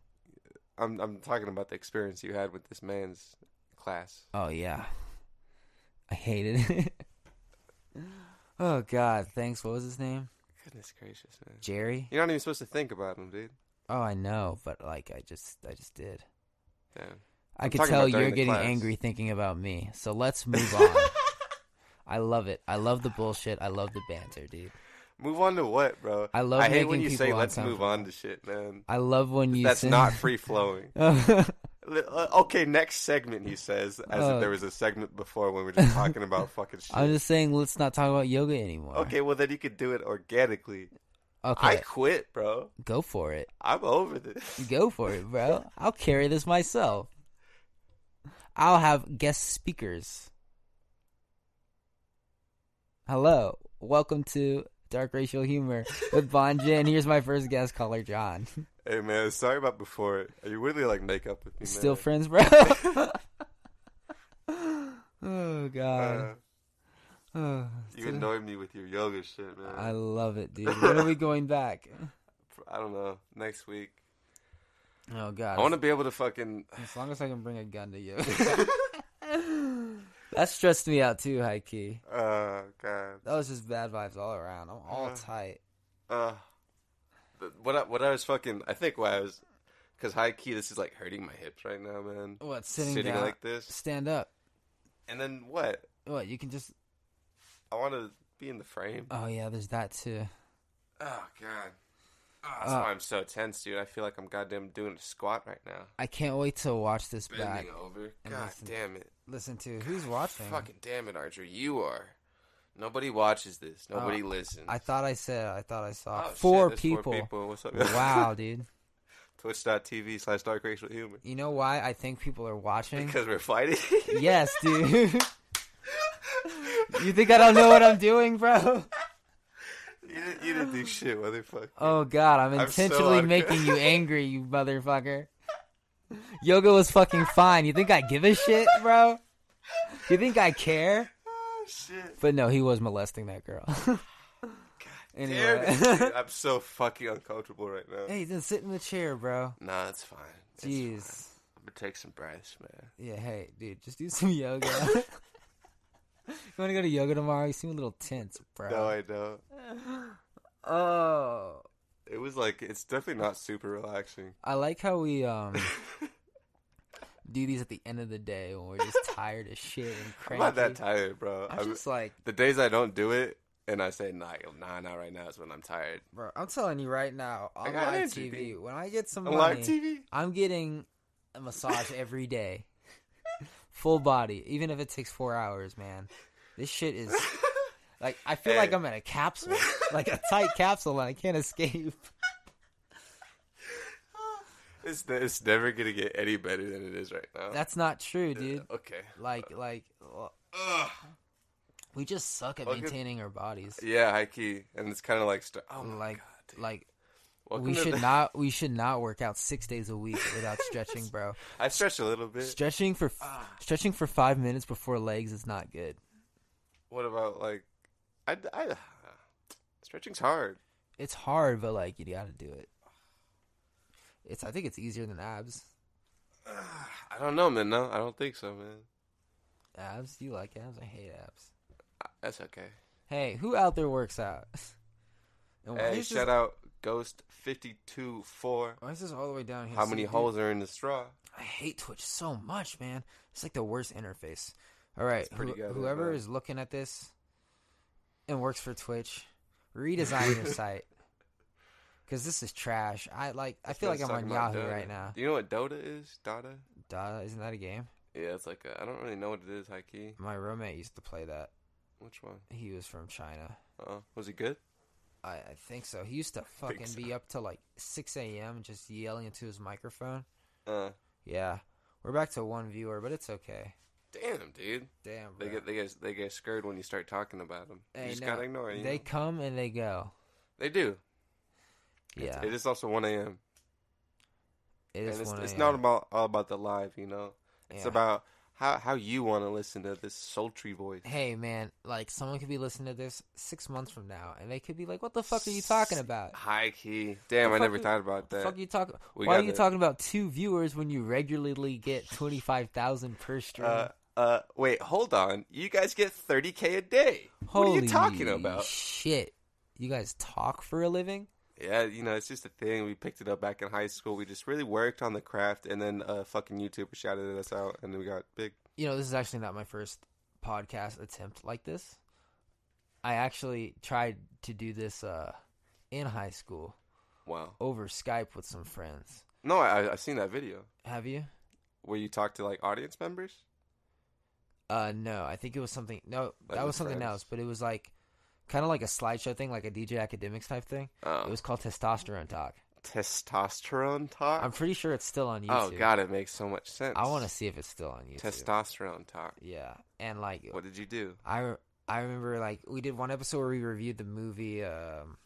Speaker 2: I'm I'm talking about the experience you had with this man's class.
Speaker 1: Oh yeah, I hated it. oh god, thanks. What was his name?
Speaker 2: Goodness gracious, man.
Speaker 1: Jerry.
Speaker 2: You're not even supposed to think about him, dude.
Speaker 1: Oh, I know, but like I just, I just did.
Speaker 2: Damn.
Speaker 1: I
Speaker 2: I'm
Speaker 1: could
Speaker 2: talking
Speaker 1: tell
Speaker 2: about during
Speaker 1: you're
Speaker 2: the
Speaker 1: getting
Speaker 2: class.
Speaker 1: angry thinking about me. So let's move on. I love it. I love the bullshit. I love the banter, dude.
Speaker 2: Move on to what, bro?
Speaker 1: I love
Speaker 2: I hate when you
Speaker 1: making
Speaker 2: say
Speaker 1: people
Speaker 2: "let's move
Speaker 1: uncomfortable.
Speaker 2: on to shit," man.
Speaker 1: I love when you.
Speaker 2: That's
Speaker 1: say-
Speaker 2: not free flowing. Li- uh, okay, next segment, he says, as
Speaker 1: Oh.
Speaker 2: if there was a segment before when we were just talking about fucking shit.
Speaker 1: I'm just saying, let's not talk about yoga anymore.
Speaker 2: Okay, well then you could do it organically.
Speaker 1: Okay.
Speaker 2: I quit, bro.
Speaker 1: Go for it.
Speaker 2: I'm over this.
Speaker 1: Go for it, bro. I'll carry this myself. I'll have guest speakers. Hello. Welcome to Dark Racial Humor with Bon Jin. Here's my first guest caller, John.
Speaker 2: Hey man, sorry about before. You really like make up with me, man.
Speaker 1: Still friends, bro. oh
Speaker 2: Uh,
Speaker 1: god. Oh,
Speaker 2: you uh, annoy me with your yoga shit, man.
Speaker 1: I love it, dude. When are we going back?
Speaker 2: I don't know. Next week,
Speaker 1: Oh god.
Speaker 2: I want to be able to fucking.
Speaker 1: As long as I can bring a gun to you. that stressed me out too, high key.
Speaker 2: Uh, God.
Speaker 1: That was just bad vibes all around. I'm all
Speaker 2: Uh.
Speaker 1: tight.
Speaker 2: Uh, th- what I, what I was fucking. I think why I was, because high key, this is like hurting my hips right now, man.
Speaker 1: What sitting, down?
Speaker 2: like this,
Speaker 1: Stand up.
Speaker 2: and then what?
Speaker 1: What you can just.
Speaker 2: I want to be in the frame.
Speaker 1: Oh yeah, there's that too.
Speaker 2: Oh God. Ah, that's
Speaker 1: Uh.
Speaker 2: why I'm so tense, dude. I feel like I'm goddamn doing a squat right now.
Speaker 1: I can't wait to watch this back.
Speaker 2: Bending over.
Speaker 1: and
Speaker 2: God
Speaker 1: listen.
Speaker 2: damn it.
Speaker 1: Listen to who's watching.
Speaker 2: Fucking damn it, Archer. You are. Nobody watches this. Nobody
Speaker 1: Oh,
Speaker 2: listens.
Speaker 1: I thought I said. I thought I saw
Speaker 2: Oh,
Speaker 1: four
Speaker 2: shit, there's
Speaker 1: people.
Speaker 2: Four people. What's up?
Speaker 1: wow, dude.
Speaker 2: Twitch.tv slash dark racial humor.
Speaker 1: You know why I think people are watching?
Speaker 2: Because we're fighting.
Speaker 1: yes, dude. you think I don't know what I'm doing, bro?
Speaker 2: you, didn't, you didn't do shit, motherfucker.
Speaker 1: Oh god, I'm
Speaker 2: so
Speaker 1: intentionally
Speaker 2: unco-
Speaker 1: making you angry, you motherfucker. Yoga was fucking fine. You think I give a shit, bro? You think I care?
Speaker 2: Oh, shit.
Speaker 1: But no, he was molesting that girl.
Speaker 2: Damn
Speaker 1: anyway.
Speaker 2: it, dude. I'm so fucking uncomfortable right now.
Speaker 1: hey, then sit in the chair, bro.
Speaker 2: Nah, it's fine. It's fine.
Speaker 1: Jeez.
Speaker 2: I'm gonna take some breaths, man.
Speaker 1: Yeah, hey, dude, just do some yoga. you wanna go to yoga tomorrow? You seem a little tense, bro.
Speaker 2: No, I don't.
Speaker 1: Oh,
Speaker 2: It was like, it's definitely not super relaxing.
Speaker 1: I like how we um do these at the end of the day when we're just tired as shit and
Speaker 2: I'm
Speaker 1: cranky.
Speaker 2: not that tired, bro.
Speaker 1: I'm
Speaker 2: I'm-
Speaker 1: just like,
Speaker 2: the days I don't do it and I say, nah, nah, not right now is when I'm tired.
Speaker 1: bro. I'm telling you right now on
Speaker 2: got
Speaker 1: live
Speaker 2: energy,
Speaker 1: TV,
Speaker 2: dude.
Speaker 1: when I get some
Speaker 2: On live
Speaker 1: money,
Speaker 2: TV?
Speaker 1: I'm getting a massage every day full body, even if it takes four hours, man. This shit is like I feel
Speaker 2: Hey.
Speaker 1: like I'm in a capsule, like a tight capsule, and I can't escape.
Speaker 2: It's it's never gonna get any better than it is right now.
Speaker 1: That's not true,
Speaker 2: Uh,
Speaker 1: dude.
Speaker 2: okay.
Speaker 1: Like, like l-
Speaker 2: Ugh.
Speaker 1: we just suck at
Speaker 2: Fucking-
Speaker 1: maintaining our bodies.
Speaker 2: Yeah, high key, and it's kind of like st- oh my
Speaker 1: Like,
Speaker 2: god, dude.
Speaker 1: like
Speaker 2: Welcome
Speaker 1: we
Speaker 2: to
Speaker 1: should
Speaker 2: the-
Speaker 1: not, we should not work out six days a week without stretching, bro.
Speaker 2: I stretch a little bit.
Speaker 1: Stretching for f-
Speaker 2: Ah.
Speaker 1: stretching for five minutes before legs is not good.
Speaker 2: What about like, I, I stretching's hard.
Speaker 1: It's hard, but like you gotta do it. It's I think it's easier than abs.
Speaker 2: Ugh. I don't know, man. No, I don't think so, man.
Speaker 1: Abs? Do you like abs? I hate abs.
Speaker 2: I- That's okay.
Speaker 1: Hey, who out there works out? And why,
Speaker 2: Hey,
Speaker 1: is
Speaker 2: shout
Speaker 1: this,
Speaker 2: out Ghost fifty two four.
Speaker 1: why is this all the way down here?
Speaker 2: How
Speaker 1: See,
Speaker 2: many
Speaker 1: dude,
Speaker 2: holes are in the straw?
Speaker 1: I hate Twitch so much, man. It's like the worst interface. All right,
Speaker 2: It's pretty
Speaker 1: who-
Speaker 2: good,
Speaker 1: whoever
Speaker 2: man.
Speaker 1: is looking at this and works for Twitch, redesign your site because this is trash. I like. I feel like
Speaker 2: Let's
Speaker 1: I'm
Speaker 2: talk
Speaker 1: on
Speaker 2: about
Speaker 1: Yahoo
Speaker 2: Dota.
Speaker 1: right now.
Speaker 2: Do you know what Dota is? Dota.
Speaker 1: Dada, isn't that a game?
Speaker 2: Yeah, it's like I I don't really know what it is. High key.
Speaker 1: My roommate used to play that.
Speaker 2: Which one?
Speaker 1: He was from China.
Speaker 2: Oh, was it good?
Speaker 1: I, I think so. He used to fucking
Speaker 2: so.
Speaker 1: be up till like 6 a.m. just yelling into his microphone.
Speaker 2: Uh,
Speaker 1: Yeah. We're back to one viewer, but it's okay.
Speaker 2: damn, dude.
Speaker 1: Damn,
Speaker 2: They
Speaker 1: bro.
Speaker 2: get they get they get scared when you start talking about them.
Speaker 1: Hey,
Speaker 2: you just
Speaker 1: no,
Speaker 2: gotta ignore it. you
Speaker 1: They
Speaker 2: know?
Speaker 1: come and they go.
Speaker 2: they do. It's-
Speaker 1: Yeah.
Speaker 2: it is also one a.m.
Speaker 1: It
Speaker 2: and
Speaker 1: is
Speaker 2: it's,
Speaker 1: one
Speaker 2: it's
Speaker 1: a.m.
Speaker 2: not about all about the live, you know. It's
Speaker 1: Yeah.
Speaker 2: about how how you want to listen to this sultry voice.
Speaker 1: Hey, man, like someone could be listening to this six months from now and they could be like, what the fuck are you talking about?
Speaker 2: High key. Damn,
Speaker 1: The
Speaker 2: I never
Speaker 1: fuck-
Speaker 2: thought about
Speaker 1: The
Speaker 2: that.
Speaker 1: fuck are you talking?
Speaker 2: We
Speaker 1: Why are
Speaker 2: got
Speaker 1: you
Speaker 2: the-
Speaker 1: talking about two viewers when you regularly get 25,000 per stream?
Speaker 2: uh, uh, wait, hold on. You guys get thirty k a day. what are you talking
Speaker 1: Holy
Speaker 2: about?
Speaker 1: Shit. You guys talk for a living?
Speaker 2: Yeah, you know, it's just a thing. We picked it up back in high school. We just really worked on the craft, and then uh, fucking YouTuber shouted us out, and then we got big.
Speaker 1: you know, this is actually not my first podcast attempt like this. I actually tried to do this uh, in high school
Speaker 2: Wow.
Speaker 1: over Skype with some friends.
Speaker 2: No, I I- I've seen that video
Speaker 1: Have you?
Speaker 2: where you talk to like audience members.
Speaker 1: Uh, no, I think it was something. No,
Speaker 2: Like
Speaker 1: that
Speaker 2: with
Speaker 1: was something
Speaker 2: friends?
Speaker 1: else. But it was like kind of like a slideshow thing, like a DJ Academics type thing.
Speaker 2: Oh,
Speaker 1: It was called Testosterone Talk.
Speaker 2: testosterone talk.
Speaker 1: I'm pretty sure it's still on
Speaker 2: oh
Speaker 1: YouTube.
Speaker 2: god, it makes so much sense.
Speaker 1: I want to see if it's still on YouTube.
Speaker 2: testosterone talk.
Speaker 1: yeah, and like
Speaker 2: What did you do?
Speaker 1: I re- I remember like we did one episode where we reviewed the movie um,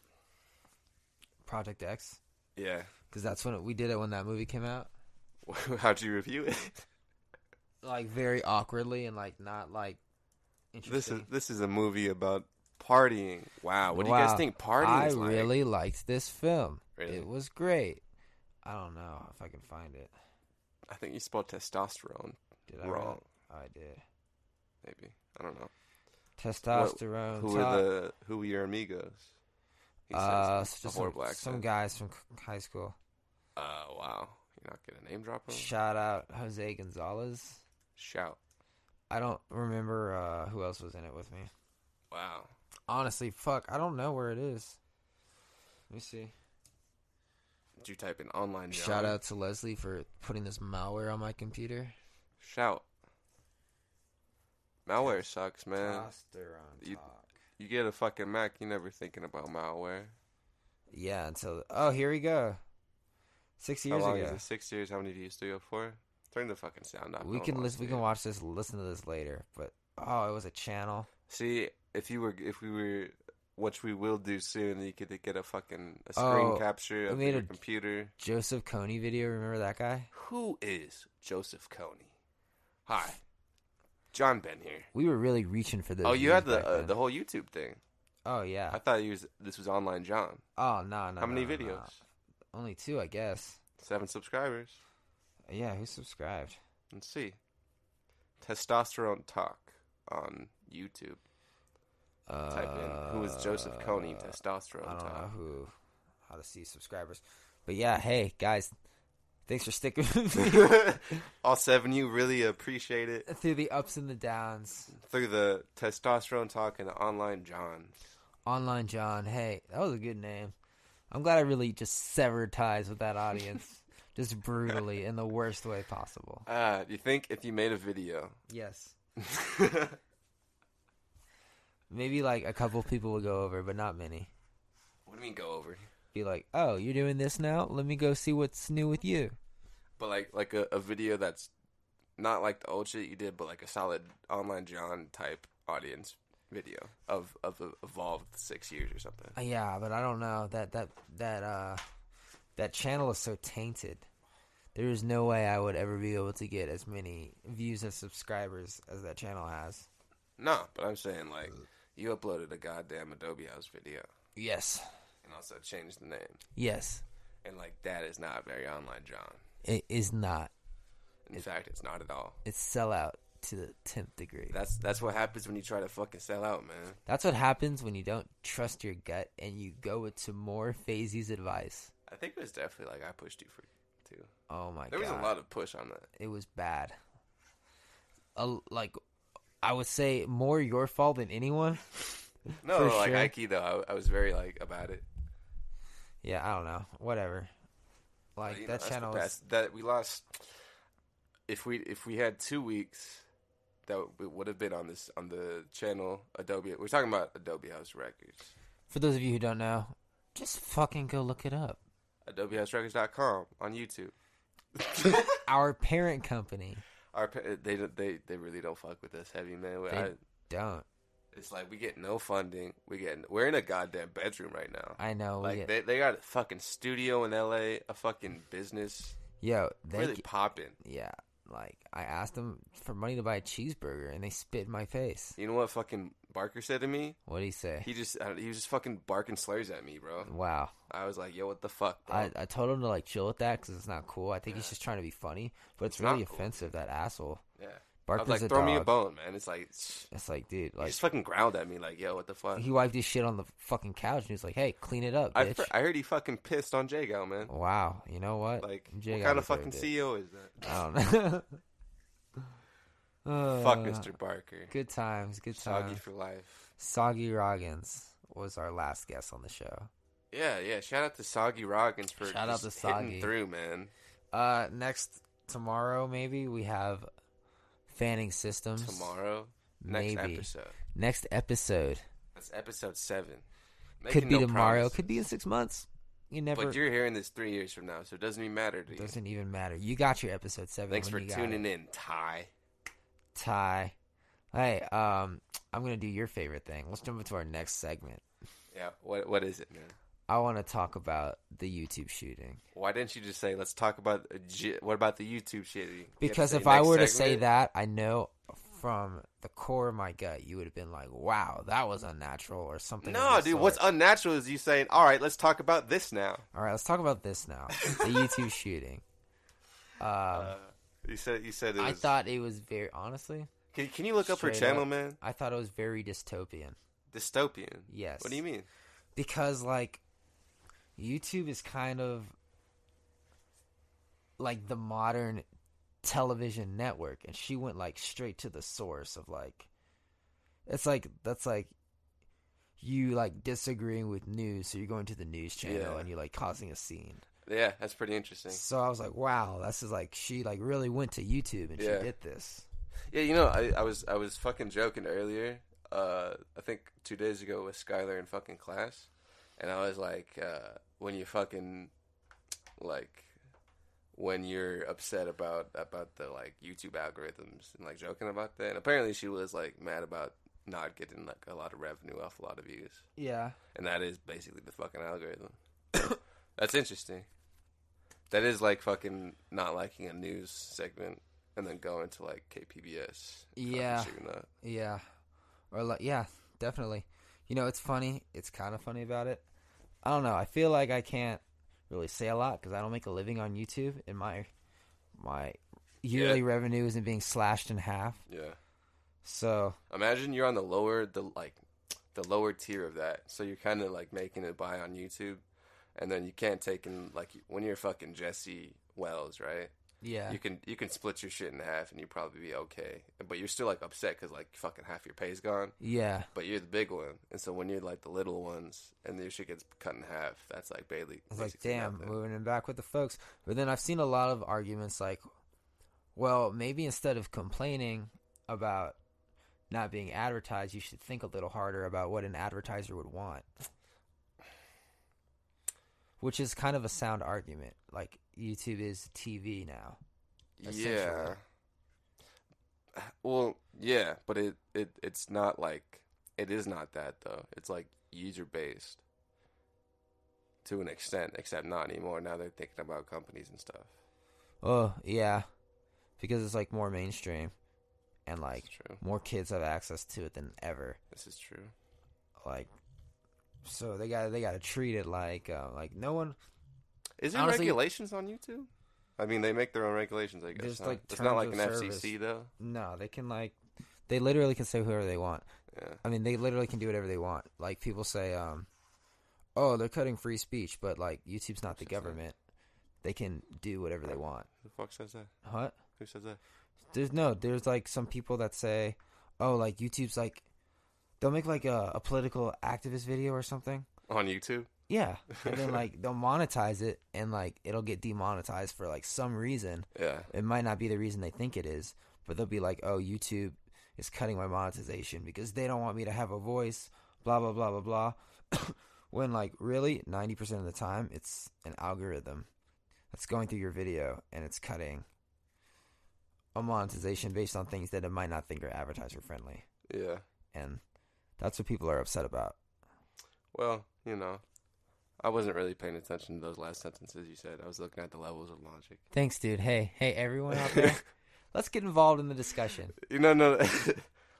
Speaker 1: Project X.
Speaker 2: Yeah,
Speaker 1: because that's when it, we did it when that movie came out.
Speaker 2: how'd you review it?
Speaker 1: Like very awkwardly and like not like
Speaker 2: this
Speaker 1: interesting.
Speaker 2: is this is a movie about partying. Wow, what do you guys
Speaker 1: Wow.
Speaker 2: think partying
Speaker 1: I
Speaker 2: is like?
Speaker 1: really liked this film.
Speaker 2: Really?
Speaker 1: It was great. I don't know if I can find it.
Speaker 2: I think you spelled testosterone
Speaker 1: Did I?
Speaker 2: wrong.
Speaker 1: really? I did.
Speaker 2: Maybe I don't know.
Speaker 1: Testosterone.
Speaker 2: Who
Speaker 1: top.
Speaker 2: are the who are your amigos? He
Speaker 1: uh,
Speaker 2: says,
Speaker 1: so just
Speaker 2: a
Speaker 1: some,
Speaker 2: horrible accent.
Speaker 1: some guys from c- high school.
Speaker 2: Uh, wow, you're not gonna name drop him.
Speaker 1: Shout out Jose Gonzalez.
Speaker 2: Shout!
Speaker 1: I don't remember uh, who else was in it with me.
Speaker 2: Wow,
Speaker 1: Honestly, fuck, I don't know where it is. Let me see.
Speaker 2: did you type in online? John?
Speaker 1: Shout out to Leslie for putting this malware on my computer.
Speaker 2: Shout! Malware sucks, man.
Speaker 1: Testosterone
Speaker 2: You-
Speaker 1: talk.
Speaker 2: You get a fucking Mac, you're never thinking about malware.
Speaker 1: Yeah, until oh here we go. Six years
Speaker 2: How long
Speaker 1: ago,
Speaker 2: is it? Six years? How many views do you go for? Turn the fucking sound off.
Speaker 1: we
Speaker 2: I
Speaker 1: can
Speaker 2: wanna
Speaker 1: listen. We
Speaker 2: see
Speaker 1: can
Speaker 2: it.
Speaker 1: watch this. Listen to this later. But oh, it was a channel.
Speaker 2: See if you were if we were which we will do soon. You could get a fucking a screen
Speaker 1: Oh,
Speaker 2: capture
Speaker 1: we
Speaker 2: of
Speaker 1: made
Speaker 2: your
Speaker 1: a-
Speaker 2: computer.
Speaker 1: Joseph Coney video. Remember that guy?
Speaker 2: Who is Joseph Coney? Hi, John Ben here.
Speaker 1: We were really reaching for this.
Speaker 2: Oh, you had the uh, the whole YouTube thing.
Speaker 1: oh yeah.
Speaker 2: I thought you was this was online John.
Speaker 1: oh no no.
Speaker 2: How many
Speaker 1: no, no,
Speaker 2: videos?
Speaker 1: no. Only two, I guess.
Speaker 2: Seven subscribers.
Speaker 1: Yeah, who subscribed?
Speaker 2: Let's see. Testosterone talk on YouTube.
Speaker 1: Uh,
Speaker 2: Type in who is Joseph Coney testosterone
Speaker 1: I don't know
Speaker 2: talk.
Speaker 1: who, how to see subscribers, but yeah, hey guys, thanks for sticking with me
Speaker 2: All seven of you really appreciate it
Speaker 1: through the ups and the downs.
Speaker 2: through the testosterone talk and the online John.
Speaker 1: Online John, hey, that was a good name. I'm glad I really just severed ties with that audience. just brutally in the worst way possible.
Speaker 2: Ah, you think if you made a video,
Speaker 1: Yes. Maybe like a couple people would go over, but not many.
Speaker 2: what do you mean go over?
Speaker 1: Be like, oh, you're doing this now? Let me go see what's new with you.
Speaker 2: But like like a, a video that's not like the old shit you did, but like a solid online John type audience video of of a- evolved six years or something.
Speaker 1: Uh, Yeah, but I don't know that that that uh that channel is so tainted. There is no way I would ever be able to get as many views and subscribers as that channel has.
Speaker 2: No, but I'm saying like you uploaded a goddamn Adobe House video
Speaker 1: Yes.
Speaker 2: and also changed the name,
Speaker 1: Yes.
Speaker 2: and like that is not very online John.
Speaker 1: It is not.
Speaker 2: In fact, it's not at all.
Speaker 1: It's sellout to the tenth degree.
Speaker 2: That's that's what happens when you try to fucking sell out, man.
Speaker 1: That's what happens when you don't trust your gut and you go to more Faisy's advice.
Speaker 2: I think it was definitely like I pushed you for too.
Speaker 1: Oh my
Speaker 2: There
Speaker 1: god.
Speaker 2: was a lot of push on that.
Speaker 1: it was bad. A, like I would say more your fault than anyone.
Speaker 2: No,
Speaker 1: For
Speaker 2: like
Speaker 1: sure.
Speaker 2: Ike though, I, I was very like about it.
Speaker 1: Yeah, I don't know. Whatever.
Speaker 2: But,
Speaker 1: Like
Speaker 2: you know,
Speaker 1: that
Speaker 2: that's the
Speaker 1: channel is
Speaker 2: best. that we lost. If we if we had two weeks, that w- would have been on this on the channel Adobe. We're talking about Adobe House Records.
Speaker 1: for those of you who don't know, just fucking go look it up.
Speaker 2: AdobeHouseRecords.com on YouTube.
Speaker 1: Our parent company.
Speaker 2: Our pa- they don't- they they really don't fuck with us heavy man. We-
Speaker 1: They-
Speaker 2: I,
Speaker 1: Don't.
Speaker 2: it's like we get no funding. We get we're in a goddamn bedroom right now.
Speaker 1: I know. we
Speaker 2: like
Speaker 1: get,
Speaker 2: they they got a fucking studio in L.A. A fucking business.
Speaker 1: yo, they
Speaker 2: really
Speaker 1: g-
Speaker 2: popping.
Speaker 1: yeah. Like I asked them for money to buy a cheeseburger and they spit in my face.
Speaker 2: You know what fucking Barker said to me?
Speaker 1: What do you say?
Speaker 2: He just I don't- he was just fucking barking slurs at me, bro.
Speaker 1: wow.
Speaker 2: I was like, yo, what the fuck, bro?
Speaker 1: I, I told him to like chill with that because it's not cool. I think he's just trying to be funny, but it's,
Speaker 2: It's not
Speaker 1: really
Speaker 2: cool.
Speaker 1: offensive. That asshole.
Speaker 2: yeah. I was
Speaker 1: Barker's
Speaker 2: like,
Speaker 1: a
Speaker 2: throw
Speaker 1: dog.
Speaker 2: me a bone, man. It's like it's-
Speaker 1: It's like, dude,
Speaker 2: he
Speaker 1: like
Speaker 2: just fucking growled at me, like, yo, what the fuck?
Speaker 1: he wiped his shit on the fucking couch and he was like, "Hey, clean it up,
Speaker 2: I,
Speaker 1: bitch."
Speaker 2: I heard he fucking pissed on Jago, man.
Speaker 1: Wow, you know what?
Speaker 2: Like,
Speaker 1: Oh, Jay
Speaker 2: what
Speaker 1: got
Speaker 2: kind
Speaker 1: me
Speaker 2: of fucking
Speaker 1: through it.
Speaker 2: CEO is that?
Speaker 1: I don't know. Uh,
Speaker 2: fuck Mr. Barker.
Speaker 1: Good times, good
Speaker 2: Soggy
Speaker 1: times.
Speaker 2: for life.
Speaker 1: Soggy Roggins was our last guest on the show.
Speaker 2: Yeah, yeah. Shout out to Soggy Roggins for
Speaker 1: Shout out
Speaker 2: just
Speaker 1: to Soggy.
Speaker 2: hitting through, man.
Speaker 1: Uh, next tomorrow maybe we have Fanning Systems.
Speaker 2: Tomorrow, next
Speaker 1: Maybe.
Speaker 2: episode.
Speaker 1: Next episode
Speaker 2: That's episode seven.
Speaker 1: could
Speaker 2: Making
Speaker 1: be
Speaker 2: no
Speaker 1: tomorrow,
Speaker 2: promises.
Speaker 1: could be in six months. You never.
Speaker 2: But you're hearing this three years from now, so it doesn't even matter to you.
Speaker 1: doesn't even matter. You got your episode seven.
Speaker 2: Thanks for
Speaker 1: when Oh, you got it.
Speaker 2: tuning in, Ty.
Speaker 1: Ty. Hey, um, I'm gonna do your favorite thing. Let's jump into our next segment.
Speaker 2: Yeah, what what is it, man?
Speaker 1: I want to talk about the YouTube shooting
Speaker 2: Why didn't you just say let's talk about a j- what about the YouTube shit? You have to
Speaker 1: because
Speaker 2: say
Speaker 1: if I
Speaker 2: next
Speaker 1: were to say
Speaker 2: segment?
Speaker 1: that, I know from the core of my gut you would have been like, "Wow, that was unnatural" or something. of
Speaker 2: no,
Speaker 1: the
Speaker 2: dude,
Speaker 1: sort.
Speaker 2: what's unnatural is you saying, all right, let's talk about this now.
Speaker 1: all right? Let's talk about this now. The YouTube shooting. Um,
Speaker 2: Uh, you said you said it was,
Speaker 1: I thought it was very honestly.
Speaker 2: Can, can you look up her
Speaker 1: Straight
Speaker 2: channel,
Speaker 1: up.
Speaker 2: man?
Speaker 1: I thought it was very dystopian.
Speaker 2: Dystopian.
Speaker 1: Yes.
Speaker 2: What do you mean?
Speaker 1: because like YouTube is kind of like the modern television network and she went like straight to the source of like it's like that's like you like disagreeing with news so you're going to the news channel
Speaker 2: Yeah.
Speaker 1: and you're like causing a scene
Speaker 2: Yeah, that's pretty interesting.
Speaker 1: so i was like wow this is like she like really went to youtube and
Speaker 2: Yeah.
Speaker 1: she did this
Speaker 2: Yeah, you know, I, I was I was fucking joking earlier. Uh, I think two days ago with Skylar in fucking class, and I was like, uh, when you fucking like when you're upset about about the like YouTube algorithms and like joking about that. And apparently, she was like mad about not getting like a lot of revenue off a lot of views,
Speaker 1: yeah
Speaker 2: and that is basically the fucking algorithm. That's interesting. That is like fucking not liking a news segment and then going to like KPBS. and fucking
Speaker 1: Yeah.
Speaker 2: shooting up.
Speaker 1: Yeah. Or like yeah, definitely. You know, it's funny. It's kind of funny about it. I don't know. I feel like I can't really say a lot cuz I don't make a living on YouTube and my my yearly
Speaker 2: Yeah.
Speaker 1: revenue isn't being slashed in half.
Speaker 2: Yeah.
Speaker 1: So,
Speaker 2: Imagine you're on the lower the like the lower tier of that. So you're kind of like making a buy on YouTube and then you can't take in like when you're fucking Jesse Wells, right?
Speaker 1: Yeah.
Speaker 2: you can you can split your shit in half and you probably be okay. But you're still like upset because like fucking half your pay's gone.
Speaker 1: yeah.
Speaker 2: But you're the big one, and so when you're like the little ones and your shit gets cut in half, that's like Bailey.
Speaker 1: It's like,
Speaker 2: basically
Speaker 1: damn,
Speaker 2: nothing.
Speaker 1: moving it back with the folks. But then I've seen a lot of arguments like, well, maybe instead of complaining about not being advertised, you should think a little harder about what an advertiser would want. Which is kind of a sound argument. Like, YouTube is TV now.
Speaker 2: yeah.
Speaker 1: essentially.
Speaker 2: Well, yeah, but it, it it's not like it is not that though. It's like user based to an extent, except not anymore. Now they're thinking about companies and stuff.
Speaker 1: Oh, yeah. Because it's like more mainstream and like
Speaker 2: It's true.
Speaker 1: more kids have access to it than ever.
Speaker 2: This is true.
Speaker 1: Like, so they got they got to treat it like uh, like no one
Speaker 2: Is there
Speaker 1: Honestly-
Speaker 2: regulations on YouTube? I mean, they make their own regulations. I guess
Speaker 1: There's,
Speaker 2: huh?
Speaker 1: like,
Speaker 2: it's not
Speaker 1: terms
Speaker 2: like
Speaker 1: of
Speaker 2: an
Speaker 1: service.
Speaker 2: FCC though.
Speaker 1: No, they can like they literally can say whoever they want.
Speaker 2: Yeah.
Speaker 1: I mean, they literally can do whatever they want. Like people say, um, "Oh, they're cutting free speech," but like YouTube's not the
Speaker 2: Shit's not-
Speaker 1: government. They can do whatever they want.
Speaker 2: Who the fuck says that?
Speaker 1: Huh?
Speaker 2: Who says that?
Speaker 1: There's no. There's like some people that say, "Oh, like YouTube's like they'll make like a, a political activist video or something."
Speaker 2: On YouTube?
Speaker 1: Yeah, and then like they'll monetize it, and like it'll get demonetized for like some reason.
Speaker 2: Yeah.
Speaker 1: it might not be the reason they think it is, but they'll be like, "Oh, YouTube is cutting my monetization because they don't want me to have a voice." Blah blah blah blah blah. when like really, ninety percent of the time, it's an algorithm that's going through your video and it's cutting a monetization based on things that it might not think are advertiser friendly,
Speaker 2: Yeah.
Speaker 1: and that's what people are upset about.
Speaker 2: Well, you know, I wasn't really paying attention to those last sentences you said. I was looking at the levels of logic.
Speaker 1: Thanks, dude. Hey, hey, everyone out there, let's get involved in the discussion.
Speaker 2: You know, no.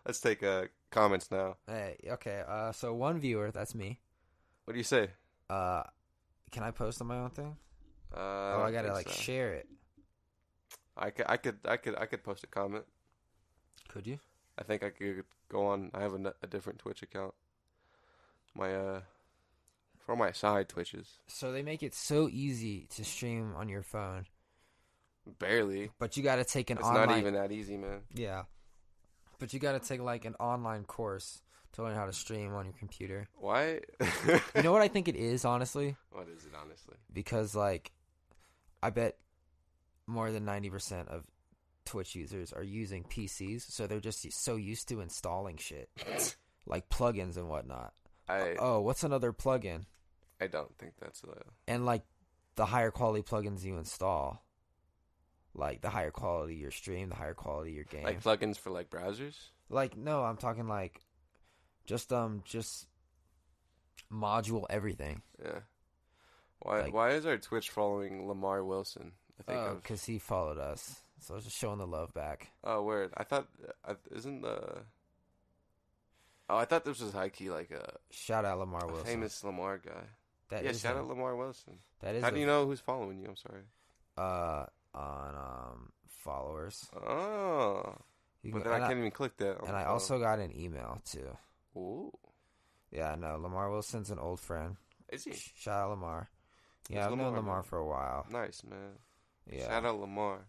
Speaker 2: let's take uh, comments now.
Speaker 1: Hey, okay. Uh, so one viewer, that's me.
Speaker 2: What do you say?
Speaker 1: Uh, can I post on my own thing?
Speaker 2: Uh,
Speaker 1: oh,
Speaker 2: don't
Speaker 1: I gotta
Speaker 2: think
Speaker 1: like
Speaker 2: so.
Speaker 1: share it.
Speaker 2: I could, I could, I could, I could post a comment.
Speaker 1: Could you?
Speaker 2: I think I could go on. I have a, n- a different Twitch account. My uh, for my side Twitches,
Speaker 1: So they make it so easy to stream on your phone,
Speaker 2: barely.
Speaker 1: but you gotta take an
Speaker 2: it's
Speaker 1: online.
Speaker 2: not even that easy, man.
Speaker 1: Yeah, but you gotta take like an online course to learn how to stream on your computer.
Speaker 2: Why?
Speaker 1: You know what I think it is, honestly,
Speaker 2: what is it, honestly?
Speaker 1: because like, I bet more than ninety percent of Twitch users are using PCs, so they're just so used to installing shit like plugins and whatnot.
Speaker 2: I
Speaker 1: Oh, what's another plugin?
Speaker 2: I don't think that's uh,
Speaker 1: and like the higher quality plugins you install, like the higher quality your stream, the higher quality your game.
Speaker 2: like
Speaker 1: Like,
Speaker 2: plugins for like browsers.
Speaker 1: no, I'm talking like just um just module everything
Speaker 2: Yeah. Why
Speaker 1: Like- Oh,
Speaker 2: why is our Twitch following Lamar Wilson? I think I've-
Speaker 1: because Uh, he followed us. So I was just showing the love back.
Speaker 2: Oh, word. I thought I, isn't the Oh, I thought this was high key like a
Speaker 1: Shout out Lamar Wilson.
Speaker 2: famous Lamar guy.
Speaker 1: That
Speaker 2: yeah,
Speaker 1: is
Speaker 2: shout
Speaker 1: him.
Speaker 2: out Lamar Wilson.
Speaker 1: That is
Speaker 2: How do
Speaker 1: him.
Speaker 2: you know who's following you? I'm sorry.
Speaker 1: uh on um followers.
Speaker 2: Oh,
Speaker 1: You
Speaker 2: but
Speaker 1: can-
Speaker 2: then I
Speaker 1: and I,
Speaker 2: can't even click that. on
Speaker 1: and
Speaker 2: my
Speaker 1: I
Speaker 2: phone.
Speaker 1: also got an email too.
Speaker 2: Ooh,
Speaker 1: Yeah, no, Lamar Wilson's an old friend.
Speaker 2: is he
Speaker 1: Shout out Lamar. Yeah,
Speaker 2: It's
Speaker 1: I've known
Speaker 2: Lamar,
Speaker 1: Lamar
Speaker 2: man.
Speaker 1: for a while.
Speaker 2: nice, man?
Speaker 1: Yeah.
Speaker 2: Shout out Lamar.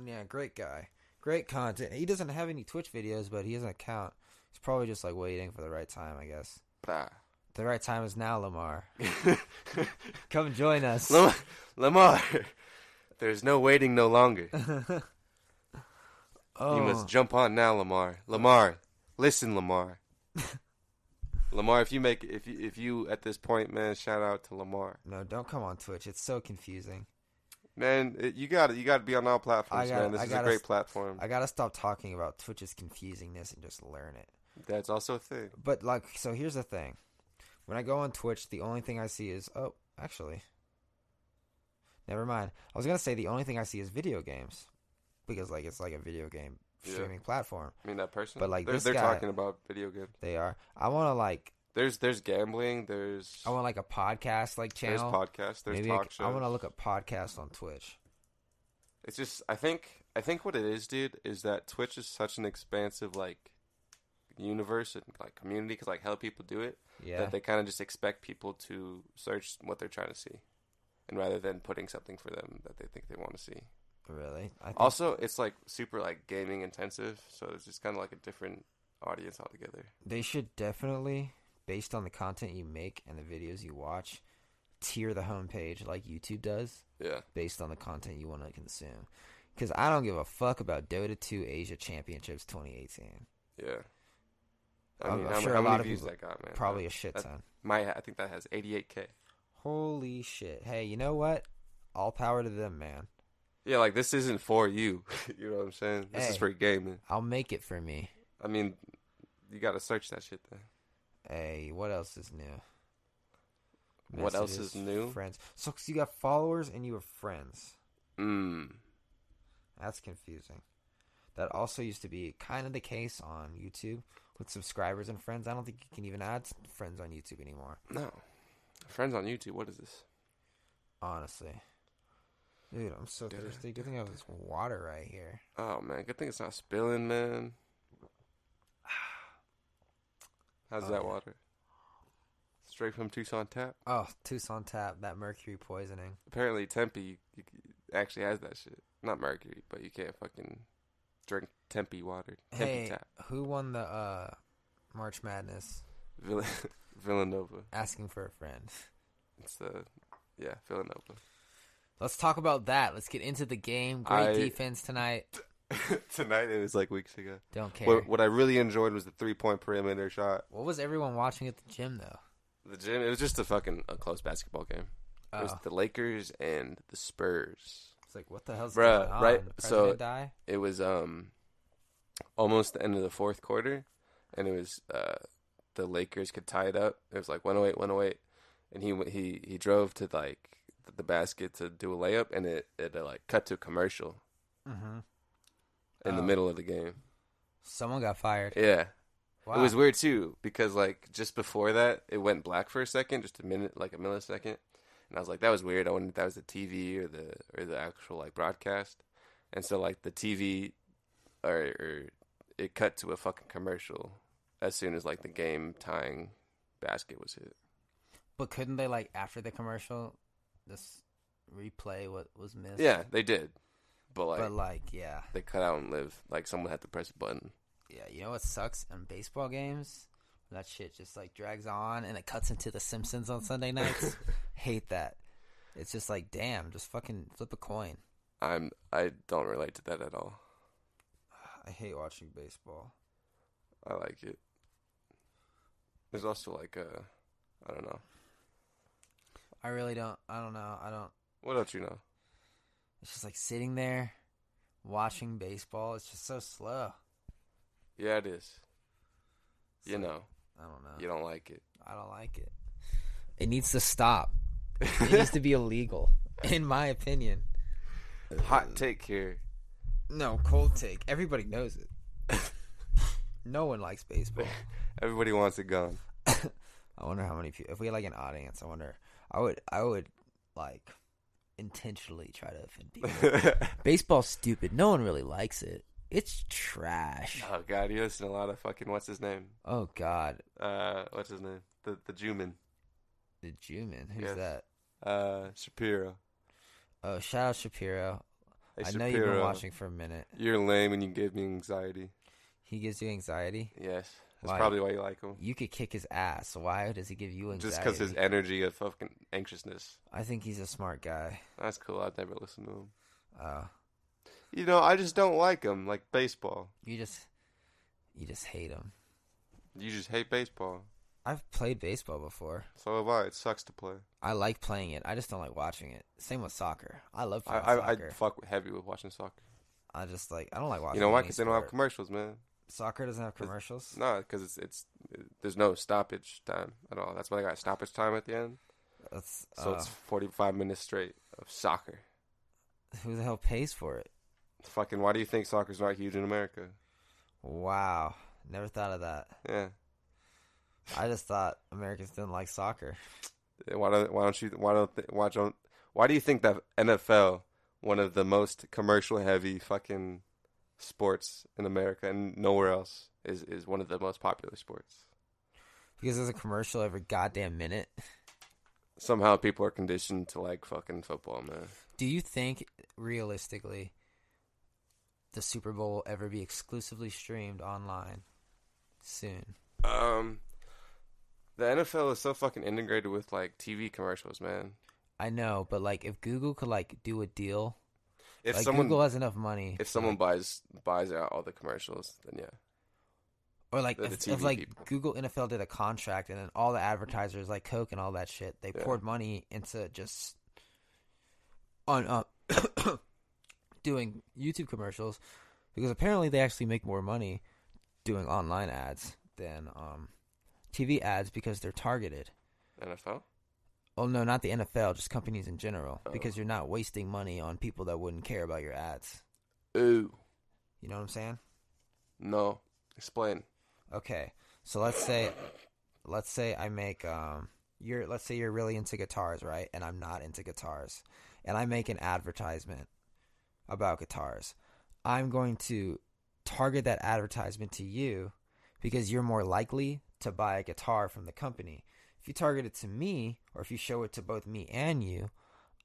Speaker 1: Yeah, great guy. Great content. He doesn't have any Twitch videos, but he has an account. He's probably just like waiting for the right time, I guess.
Speaker 2: Bah.
Speaker 1: The right time is now, Lamar. Come join us.
Speaker 2: Lamar, Lamar. There's no waiting no longer.
Speaker 1: oh,
Speaker 2: You must jump on now, Lamar. Lamar, listen, Lamar. Lamar, if you make if you if you at this point, man, shout out to Lamar.
Speaker 1: no, don't come on Twitch. It's so confusing.
Speaker 2: Man, it, you got it. You got to be on all platforms,
Speaker 1: I gotta-
Speaker 2: man. This
Speaker 1: I
Speaker 2: is a
Speaker 1: gotta
Speaker 2: great
Speaker 1: s-
Speaker 2: platform.
Speaker 1: I gotta stop talking about Twitch's confusingness and just learn it.
Speaker 2: That's also a thing.
Speaker 1: But like, so here's the thing: when I go on Twitch, the only thing I see is oh, actually, never mind. I was gonna say the only thing I see is video games, because like it's like a video game
Speaker 2: Yeah.
Speaker 1: streaming platform.
Speaker 2: I mean, that person.
Speaker 1: But, like,
Speaker 2: they're,
Speaker 1: this
Speaker 2: they're
Speaker 1: guy-
Speaker 2: talking about video games.
Speaker 1: They are. I want to like.
Speaker 2: There's there's gambling. There's
Speaker 1: I want like a podcast like
Speaker 2: there's
Speaker 1: channel.
Speaker 2: podcasts. There's
Speaker 1: Maybe I
Speaker 2: talk
Speaker 1: c-
Speaker 2: shows.
Speaker 1: I, want to look at podcasts on Twitch.
Speaker 2: It's just I think I think what it is, dude, is that Twitch is such an expansive like universe and like community because like how people do it.
Speaker 1: Yeah.
Speaker 2: that they kind of just expect people to search what they're trying to see, and rather than putting something for them that they think they want to see.
Speaker 1: Really? I think,
Speaker 2: Also, it's like super like gaming intensive, so it's just kind of like a different audience altogether.
Speaker 1: they should definitely, based on the content you make and the videos you watch, tier the homepage like YouTube does.
Speaker 2: Yeah.
Speaker 1: based on the content you want to consume. Because I don't give a fuck about Dota 2 Asia Championships 2018.
Speaker 2: Yeah. I
Speaker 1: I'm-
Speaker 2: mean,
Speaker 1: I'm
Speaker 2: how,
Speaker 1: sure
Speaker 2: sure
Speaker 1: a
Speaker 2: how
Speaker 1: lot
Speaker 2: many
Speaker 1: of
Speaker 2: views
Speaker 1: people-
Speaker 2: that got, man?
Speaker 1: Probably a
Speaker 2: That-
Speaker 1: shit
Speaker 2: that-
Speaker 1: ton.
Speaker 2: My, I think that has 88k.
Speaker 1: Holy shit. Hey, you know what? All power to them, man.
Speaker 2: Yeah, like this isn't for you. you know what I'm saying? This is
Speaker 1: Hey.
Speaker 2: for gaming.
Speaker 1: I'll make it for me.
Speaker 2: I mean, you gotta search that shit then.
Speaker 1: Hey, what else is new?
Speaker 2: What else
Speaker 1: Messages,
Speaker 2: is new?
Speaker 1: Friends. So 'cause you got followers and you have friends.
Speaker 2: Mm.
Speaker 1: That's confusing. That also used to be kind of the case on YouTube with subscribers and friends. I don't think you can even add s- friends on YouTube anymore.
Speaker 2: No. Friends on YouTube. What is this?
Speaker 1: Honestly. Dude, I'm so thirsty. Good thing I have this water right here.
Speaker 2: Oh man, good thing it's not spilling, man. How's
Speaker 1: Oh,
Speaker 2: that
Speaker 1: yeah.
Speaker 2: water? Straight from Tucson tap.
Speaker 1: Oh, Tucson tap, that mercury poisoning.
Speaker 2: Apparently Tempe you, you, actually has that shit. Not mercury, but you can't fucking drink Tempe water. Tempe
Speaker 1: Hey,
Speaker 2: tap.
Speaker 1: who won the uh March Madness?
Speaker 2: Vill- Villanova.
Speaker 1: Asking for a friend.
Speaker 2: It's the yeah Villanova.
Speaker 1: Let's talk about that. Let's get into the game. Great
Speaker 2: I-
Speaker 1: defense tonight.
Speaker 2: Tonight it was like weeks ago.
Speaker 1: Don't care.
Speaker 2: What, what I really enjoyed was the three point perimeter shot.
Speaker 1: what was everyone watching at the gym though?
Speaker 2: The gym. It was just a fucking a close basketball game. It was
Speaker 1: Oh,
Speaker 2: the Lakers and the Spurs.
Speaker 1: it's like what the hell's
Speaker 2: Bruh,
Speaker 1: going on?
Speaker 2: right,
Speaker 1: The
Speaker 2: so-
Speaker 1: president die?
Speaker 2: It was um almost the end of the fourth quarter, and it was uh the Lakers could tie it up. It was like 108, 108, and he went- he he drove to like the basket to do a layup, and it it uh, like cut to a commercial Mm-hmm.
Speaker 1: hmm
Speaker 2: in the
Speaker 1: Oh.
Speaker 2: middle of the game.
Speaker 1: Someone got fired.
Speaker 2: Yeah,
Speaker 1: Wow.
Speaker 2: It was weird too because like just before that, it went black for a second, just a minute, like a millisecond, and I was like, that was weird. I wondered if that was the TV or the or the actual like broadcast, and so like the TV or, or it cut to a fucking commercial as soon as like the game tying basket was hit.
Speaker 1: But couldn't they like after the commercial this replay what was missed?
Speaker 2: Yeah, they did, but like
Speaker 1: But like, yeah.
Speaker 2: they cut out and live. Like someone had to press a button.
Speaker 1: Yeah, you know what sucks in baseball games? That shit just like drags on and it cuts into the Simpsons on Sunday nights. Hate that. It's just like, damn, just fucking flip a coin.
Speaker 2: I'm I don't relate to that at all.
Speaker 1: I hate watching baseball.
Speaker 2: I like it. There's also like a I don't know.
Speaker 1: I really don't. I don't know. I don't.
Speaker 2: What else you know?
Speaker 1: It's just like sitting there watching baseball. It's just so slow.
Speaker 2: Yeah, it is.
Speaker 1: It's
Speaker 2: You
Speaker 1: like,
Speaker 2: know,
Speaker 1: I don't know.
Speaker 2: you don't like it.
Speaker 1: I don't like it. It needs to stop. It needs to be illegal, in my opinion.
Speaker 2: Hot take here.
Speaker 1: No, cold take. Everybody knows it. no one likes baseball.
Speaker 2: Everybody wants it gone.
Speaker 1: I wonder how many people. If we had like an audience, I wonder. I would. I would like intentionally try to offend people.
Speaker 2: oh
Speaker 1: Baseball's stupid. No one really likes it. It's trash.
Speaker 2: God, you listen to a lot of fucking what's his name?
Speaker 1: Oh God,
Speaker 2: Uh, what's his name? The the Jewman.
Speaker 1: the Jew man. Who's
Speaker 2: Yes.
Speaker 1: that?
Speaker 2: Uh, Shapiro.
Speaker 1: Oh, shout out Shapiro.
Speaker 2: Hey,
Speaker 1: I know
Speaker 2: Shapiro,
Speaker 1: you've been watching for a minute.
Speaker 2: You're lame and you give me anxiety.
Speaker 1: He gives you anxiety.
Speaker 2: Yes, that's
Speaker 1: Why?
Speaker 2: probably why you like him.
Speaker 1: You could kick his ass. Why does he give you anxiety?
Speaker 2: Just because his energy of fucking anxiousness.
Speaker 1: I think he's a smart guy.
Speaker 2: That's cool. I'd never listen to him.
Speaker 1: Uh,
Speaker 2: You know, I just don't like him. Like baseball.
Speaker 1: you just, you just hate him.
Speaker 2: You just hate baseball.
Speaker 1: I've played baseball before.
Speaker 2: So have I. It sucks to play.
Speaker 1: I like playing it. I just don't like watching it. Same with soccer. I love
Speaker 2: I
Speaker 1: playing
Speaker 2: I, I
Speaker 1: soccer.
Speaker 2: fuck heavy with watching soccer.
Speaker 1: I, just like I don't like watching.
Speaker 2: You know why?
Speaker 1: any
Speaker 2: Because they don't have
Speaker 1: sport.
Speaker 2: commercials, man.
Speaker 1: soccer doesn't have commercials.
Speaker 2: No, because it's it's there's no stoppage time at all. That's why they got stoppage time at the end.
Speaker 1: That's
Speaker 2: So
Speaker 1: uh,
Speaker 2: it's 45 minutes straight of soccer.
Speaker 1: uh, who the hell pays for it?
Speaker 2: Fucking, why do you think soccer's not huge in America?
Speaker 1: Wow, never thought of that.
Speaker 2: Yeah.
Speaker 1: I just thought Americans didn't like soccer.
Speaker 2: Why don't why don't you why don't th- why don't why do you think that NFL one of the most commercial heavy fucking sports in America and nowhere else is is one of the most popular sports?
Speaker 1: Because there's a commercial every goddamn minute.
Speaker 2: Somehow people are conditioned to like fucking football, man.
Speaker 1: Do you think realistically the Super Bowl will ever be exclusively streamed online soon.
Speaker 2: Um, the NFL is so fucking integrated with like TV commercials, man.
Speaker 1: I know, but like if Google could like do a deal,
Speaker 2: If
Speaker 1: like
Speaker 2: someone
Speaker 1: Google has enough money,
Speaker 2: if someone buys buys out all the commercials, then yeah.
Speaker 1: or like
Speaker 2: the
Speaker 1: if,
Speaker 2: TV
Speaker 1: if like
Speaker 2: people.
Speaker 1: Google NFL did a contract and then all the advertisers like Coke and all that shit, they
Speaker 2: Yeah.
Speaker 1: poured money into just on uh, doing YouTube commercials because apparently they actually make more money doing online ads than um, TV ads because they're targeted.
Speaker 2: NFL.
Speaker 1: Oh no, not the NFL, just companies in general.
Speaker 2: Oh.
Speaker 1: Because you're not wasting money on people that wouldn't care about your ads.
Speaker 2: Ooh,
Speaker 1: You know what I'm saying?
Speaker 2: no. Explain.
Speaker 1: Okay. So let's say let's say I make um you're let's say you're really into guitars, right? And I'm not into guitars. And I make an advertisement about guitars. I'm going to target that advertisement to you because you're more likely to buy a guitar from the company. If you target it to me or if you show it to both me and you,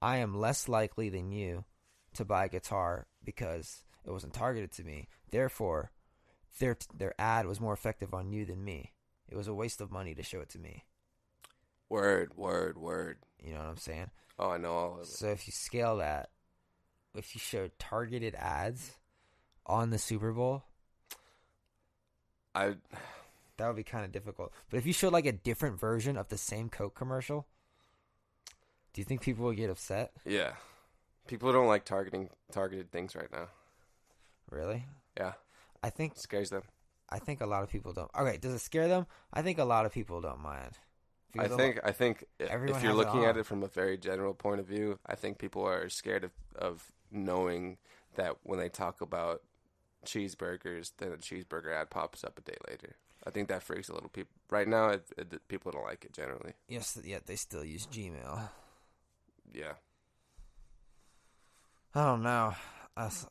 Speaker 1: I am less likely than you to buy a guitar because it wasn't targeted to me. Therefore, their their ad was more effective on you than me. It was a waste of money to show it to me.
Speaker 2: Word, word, word.
Speaker 1: You know what I'm saying?
Speaker 2: Oh, I know all of it.
Speaker 1: So if you scale that, if you show targeted ads on the Super Bowl,
Speaker 2: I
Speaker 1: that would be kind of difficult. But if you showed like a different version of the same Coke commercial, do you think people would get upset?
Speaker 2: yeah. People don't like targeting targeted things right now.
Speaker 1: Really?
Speaker 2: Yeah,
Speaker 1: I think
Speaker 2: it scares them.
Speaker 1: I think a lot of people don't. Okay, does it scare them? I think a lot of people don't mind.
Speaker 2: I
Speaker 1: Because a lo-
Speaker 2: think I think i-
Speaker 1: everyone
Speaker 2: if you're
Speaker 1: has it
Speaker 2: looking at
Speaker 1: on.
Speaker 2: it from a very general point of view, I think people are scared of of knowing that when they talk about cheeseburgers, then a cheeseburger ad pops up a day later. I think that freaks a little people. Right now, it, it, people don't like it generally.
Speaker 1: yes, yet they still use Gmail.
Speaker 2: Yeah.
Speaker 1: I don't know. I s-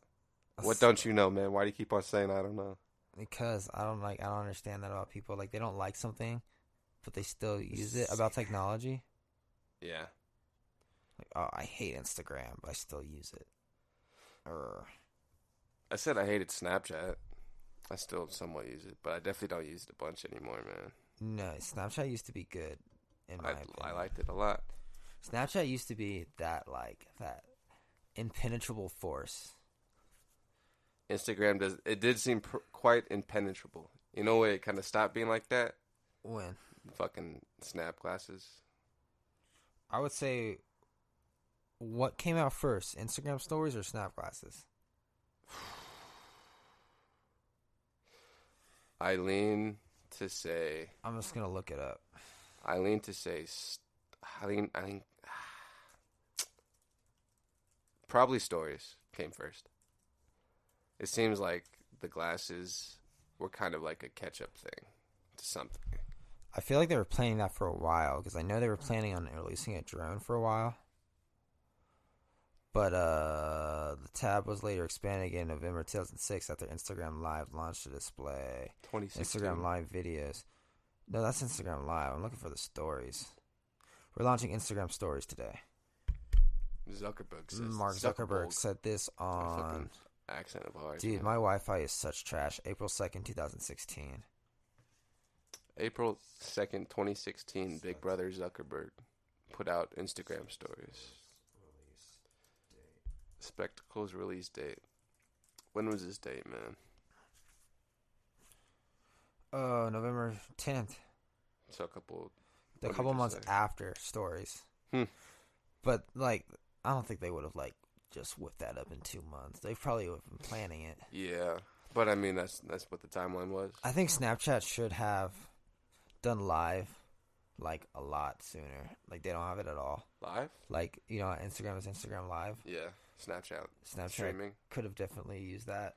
Speaker 1: I
Speaker 2: What
Speaker 1: s-
Speaker 2: don't you know, man? Why do you keep on saying I don't know?
Speaker 1: because I don't like I don't understand that about people. Like they don't like something, but they still use it about technology.
Speaker 2: Yeah.
Speaker 1: Like oh, I hate Instagram, but I still use it. Or
Speaker 2: I said I hated Snapchat. I still somewhat use it, but I definitely don't use it a bunch anymore, man.
Speaker 1: no, Snapchat used to be good. In my opinion,
Speaker 2: I, I liked it a lot.
Speaker 1: Snapchat used to be that like that impenetrable force.
Speaker 2: Instagram does. It did seem pr- quite impenetrable. You know, where it kind of stopped being like that.
Speaker 1: When
Speaker 2: Fucking snap glasses.
Speaker 1: I would say, what came out first, Instagram stories or Snap glasses?
Speaker 2: I lean to say.
Speaker 1: I'm just gonna look it up.
Speaker 2: I lean to say. St- I lean. I lean. Probably stories came first. It seems like the glasses were kind of like a catch-up thing to something.
Speaker 1: I feel like they were planning that for a while because I know they were planning on releasing a drone for a while. But uh, the tab was later expanded again in November 2006 after Instagram Live launched a display.
Speaker 2: Twenty sixteen.
Speaker 1: Instagram Live videos. No, that's Instagram Live. I'm looking for the stories. We're launching Instagram stories today.
Speaker 2: Zuckerberg says.
Speaker 1: Mark Zuckerberg, said this
Speaker 2: My
Speaker 1: on.
Speaker 2: fucking accent of ours.
Speaker 1: Dude,
Speaker 2: man.
Speaker 1: my Wi Fi is such trash. April 2nd, 2016.
Speaker 2: April 2nd, 2016, Big Brother Zuckerberg put out Instagram stories. Spectacles release date. When was this date, man?
Speaker 1: Oh, November 10th.
Speaker 2: It's a couple.
Speaker 1: a
Speaker 2: what did
Speaker 1: couple
Speaker 2: you
Speaker 1: months
Speaker 2: say?
Speaker 1: after stories.
Speaker 2: Hmm.
Speaker 1: But like, I don't think they would have like just whipped that up in two months. They probably would have been planning it.
Speaker 2: Yeah, but I mean that's that's what the timeline was.
Speaker 1: I think Snapchat should have done live like a lot sooner. Like they don't have it at all.
Speaker 2: Live?
Speaker 1: Like you know, Instagram is Instagram Live.
Speaker 2: Yeah, Snapchat
Speaker 1: Snapchat
Speaker 2: streaming.
Speaker 1: could have definitely used that.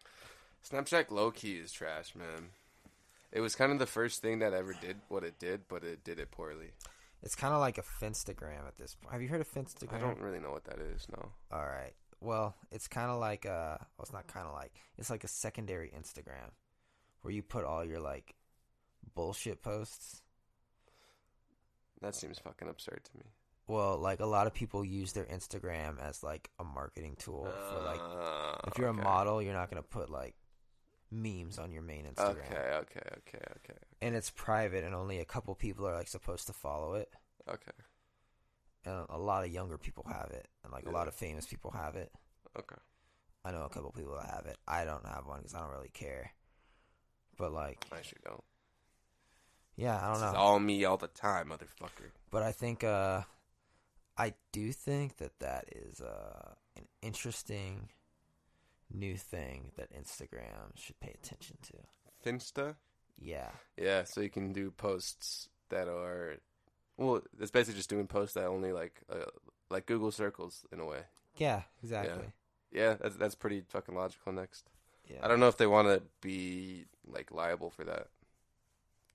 Speaker 2: Snapchat low key is trash, man. It was kind of the first thing that ever did what it did, but it did it poorly.
Speaker 1: It's kind of like a Finstagram at this point. Have you heard of Finstagram?
Speaker 2: I don't really know what that is. No.
Speaker 1: All right. Well, it's kind of like uh, well, it's not kind of like it's like a secondary Instagram where you put all your like bullshit posts.
Speaker 2: That seems fucking absurd to me.
Speaker 1: well, like a lot of people use their Instagram as like a marketing tool for like if you're
Speaker 2: Uh, okay.
Speaker 1: a model, you're not gonna put like memes on your main Instagram,
Speaker 2: Okay, okay, okay, okay,
Speaker 1: and it's private, and only a couple people are like supposed to follow it,
Speaker 2: okay,
Speaker 1: and a lot of younger people have it, and like a lot
Speaker 2: Yeah.
Speaker 1: of famous people have it.
Speaker 2: okay.
Speaker 1: I know a couple people that have it. I don't have one because I don't really care. But like,
Speaker 2: I sure don't.
Speaker 1: yeah, I don't
Speaker 2: This is
Speaker 1: know.
Speaker 2: all me all the time, motherfucker.
Speaker 1: but I think uh I do think that that is uh an interesting new thing that Instagram should pay attention to.
Speaker 2: Finsta.
Speaker 1: Yeah.
Speaker 2: Yeah, so you can do posts that are, well, it's basically just doing posts that only like, uh, like Google Circles in a way.
Speaker 1: Yeah, exactly.
Speaker 2: Yeah, that's that's pretty fucking logical. Next,
Speaker 1: Yeah.
Speaker 2: I don't know if they want to be like liable for that,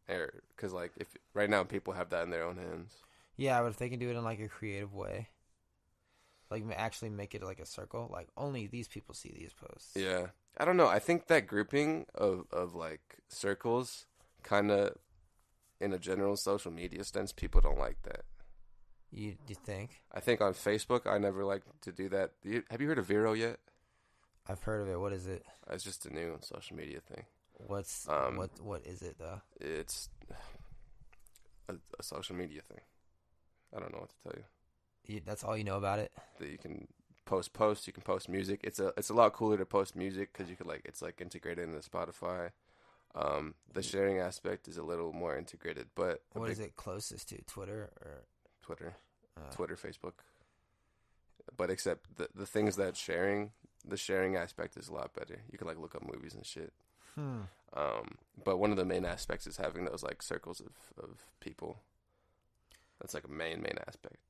Speaker 2: or because like if right now people have that in their own hands.
Speaker 1: Yeah, but if they can do it in like a creative way. Like ma- actually make it like a circle, like only these people see these posts.
Speaker 2: Yeah, I don't know. I think that grouping of of like circles, kind of, in a general social media sense, people don't like that.
Speaker 1: You you think?
Speaker 2: I think on Facebook, I never like to do that. You, have you heard of Vero yet?
Speaker 1: I've heard of it. What is it?
Speaker 2: It's just a new social media thing.
Speaker 1: What's
Speaker 2: Um,
Speaker 1: what what is it though?
Speaker 2: It's a, a social media thing. I don't know what to tell you.
Speaker 1: You, that's all you know about it?
Speaker 2: That you can post posts, you can post music. It's a it's a lot cooler to post music because you could like it's like integrated into Spotify. Um, the sharing aspect is a little more integrated, but a
Speaker 1: What
Speaker 2: big
Speaker 1: is it closest to? Twitter or
Speaker 2: Twitter,
Speaker 1: uh,
Speaker 2: Twitter, Facebook. But except the the things that sharing, the sharing aspect is a lot better. You can like look up movies and shit.
Speaker 1: Hmm.
Speaker 2: Um, but one of the main aspects is having those like circles of, of people. That's like a main main aspect.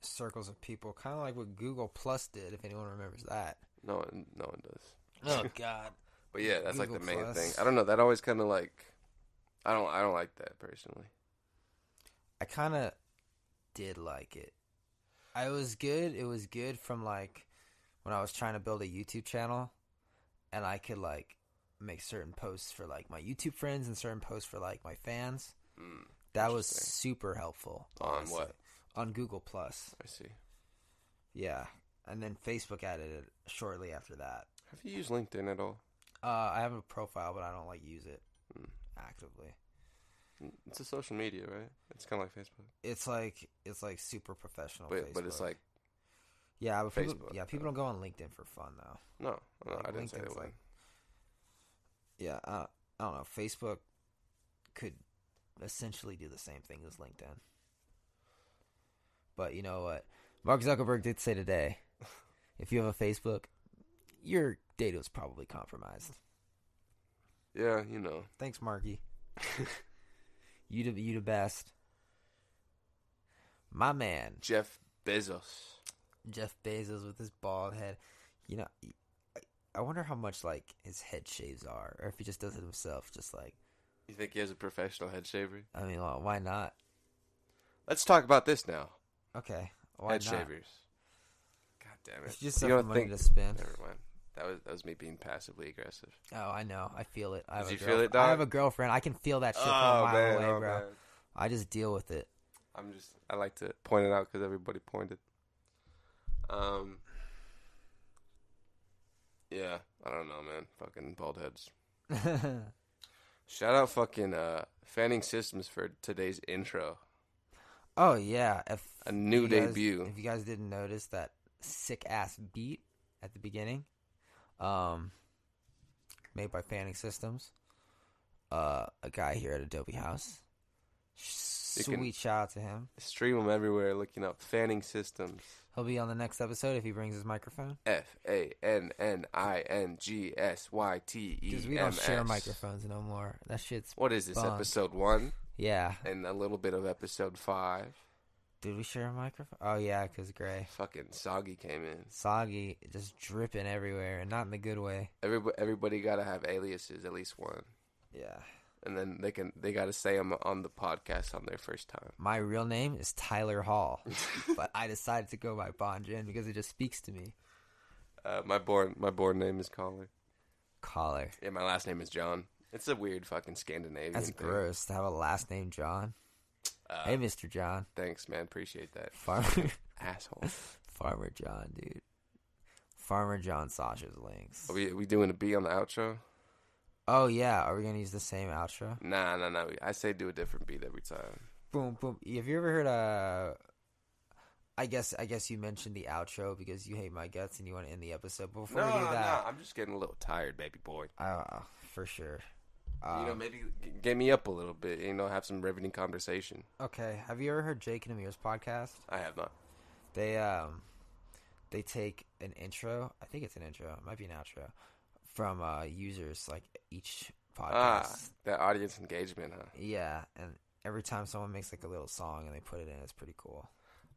Speaker 1: circles of people, kind of like what Google Plus did, if anyone remembers that.
Speaker 2: No one no one does.
Speaker 1: Oh God,
Speaker 2: But yeah, that's like
Speaker 1: Google
Speaker 2: the main
Speaker 1: Plus.
Speaker 2: thing. I don't know. That always kind of like, I don't I don't like that personally.
Speaker 1: I kind of did like it. I was good. It was good from like when I was trying to build a YouTube channel, and I could like make certain posts for like my YouTube friends and certain posts for like my fans.
Speaker 2: Mm,
Speaker 1: That was
Speaker 2: Interesting.
Speaker 1: super helpful.
Speaker 2: On
Speaker 1: honestly.
Speaker 2: what?
Speaker 1: On Google Plus.
Speaker 2: I see.
Speaker 1: Yeah, and then Facebook added it shortly after that.
Speaker 2: Have you used LinkedIn at all?
Speaker 1: Uh, I have a profile, but I don't like use it
Speaker 2: Mm.
Speaker 1: actively.
Speaker 2: It's a social media, right? It's kind of like Facebook,
Speaker 1: It's like it's like super professional.
Speaker 2: but but it's
Speaker 1: Oh, Facebook.
Speaker 2: like
Speaker 1: yeah, but people,
Speaker 2: Facebook,
Speaker 1: yeah, people don't
Speaker 2: though.
Speaker 1: go on LinkedIn for fun though.
Speaker 2: no, no,
Speaker 1: Like,
Speaker 2: I didn't say
Speaker 1: LinkedIn's
Speaker 2: that one.
Speaker 1: like- Yeah, I, I don't know. Facebook could essentially do the same thing as LinkedIn, but you know what? Mark Zuckerberg did say today, if you have a Facebook, your data is probably compromised.
Speaker 2: Yeah, you know.
Speaker 1: Thanks, Marky. you the you the best. My man.
Speaker 2: Jeff Bezos.
Speaker 1: Jeff Bezos with his bald head. You know, I- I wonder how much like his head shaves are, or if he just does it himself. Just like,
Speaker 2: You think he has a professional head shaver?
Speaker 1: I mean, well, why not?
Speaker 2: Let's talk about this now.
Speaker 1: Okay, why
Speaker 2: head
Speaker 1: not?
Speaker 2: shavers. God damn it!
Speaker 1: It's just
Speaker 2: You
Speaker 1: some
Speaker 2: don't
Speaker 1: money
Speaker 2: think-
Speaker 1: to spend.
Speaker 2: Never mind. That was that was me being passively aggressive.
Speaker 1: Oh, I know. I feel it. I have a
Speaker 2: Did you
Speaker 1: girlfriend.
Speaker 2: feel it,
Speaker 1: I
Speaker 2: dog? Oh,
Speaker 1: have a girlfriend. I can feel that shit from a mile away, bro. I just deal with it.
Speaker 2: I'm just I like to point it out because everybody pointed. Um. Yeah, I don't know, man. Fucking bald heads. Shout out, fucking uh, Fanning Systems for today's intro.
Speaker 1: oh yeah. If
Speaker 2: A new
Speaker 1: you guys-
Speaker 2: debut.
Speaker 1: If you guys didn't notice that sick ass beat at the beginning, um, made by Fanning Systems, uh, a guy here at Adobe House.
Speaker 2: You
Speaker 1: Sweet
Speaker 2: can-
Speaker 1: shout out to him.
Speaker 2: Stream them everywhere. Looking up Fanning Systems.
Speaker 1: He'll be on the next episode if he brings his microphone.
Speaker 2: F A N N I N G S Y T E M S.
Speaker 1: Because we don't share microphones no more. That shit's
Speaker 2: What is this
Speaker 1: Bonk.
Speaker 2: episode one
Speaker 1: yeah.
Speaker 2: and a little bit of episode five?
Speaker 1: Did we share a microphone? Oh yeah, because Gray
Speaker 2: Fucking soggy came in.
Speaker 1: soggy, just dripping everywhere, and not in the good way.
Speaker 2: Everybody, everybody got to have aliases, at least one,
Speaker 1: Yeah.
Speaker 2: and then they can they got to say them on the podcast on their first time.
Speaker 1: My real name is Tyler Hall, but I decided to go by Bon Jen because it just speaks to me.
Speaker 2: Uh, my born my born name is Collar.
Speaker 1: Collar.
Speaker 2: Yeah, my last name is John. It's a weird fucking Scandinavian.
Speaker 1: That's
Speaker 2: thing.
Speaker 1: gross to have a last name John.
Speaker 2: Uh,
Speaker 1: hey, Mr. John,
Speaker 2: Thanks, man. Appreciate that.
Speaker 1: Farmer,
Speaker 2: Asshole.
Speaker 1: Farmer John, dude, Farmer John Sasha's links.
Speaker 2: Are we, we doing a B on the outro?
Speaker 1: Oh yeah, are we gonna use the same outro?
Speaker 2: Nah, nah, nah. I say do a different beat every time.
Speaker 1: Boom, boom. Have you ever heard uh I guess I guess you mentioned the outro because you hate my guts and you want to end the episode. But before we do that,
Speaker 2: I'm just getting a little tired, baby boy.
Speaker 1: uh, for sure.
Speaker 2: you know,
Speaker 1: Um,
Speaker 2: maybe g- get me up a little bit. You know, have some riveting conversation.
Speaker 1: Okay. Have you ever heard Jake and Amir's podcast?
Speaker 2: I have not.
Speaker 1: They um they take an intro. I think it's an intro. It might be an outro from uh users like each podcast.
Speaker 2: Ah, that audience engagement, huh?
Speaker 1: Yeah, and every time someone makes like a little song and they put it in, it's pretty cool.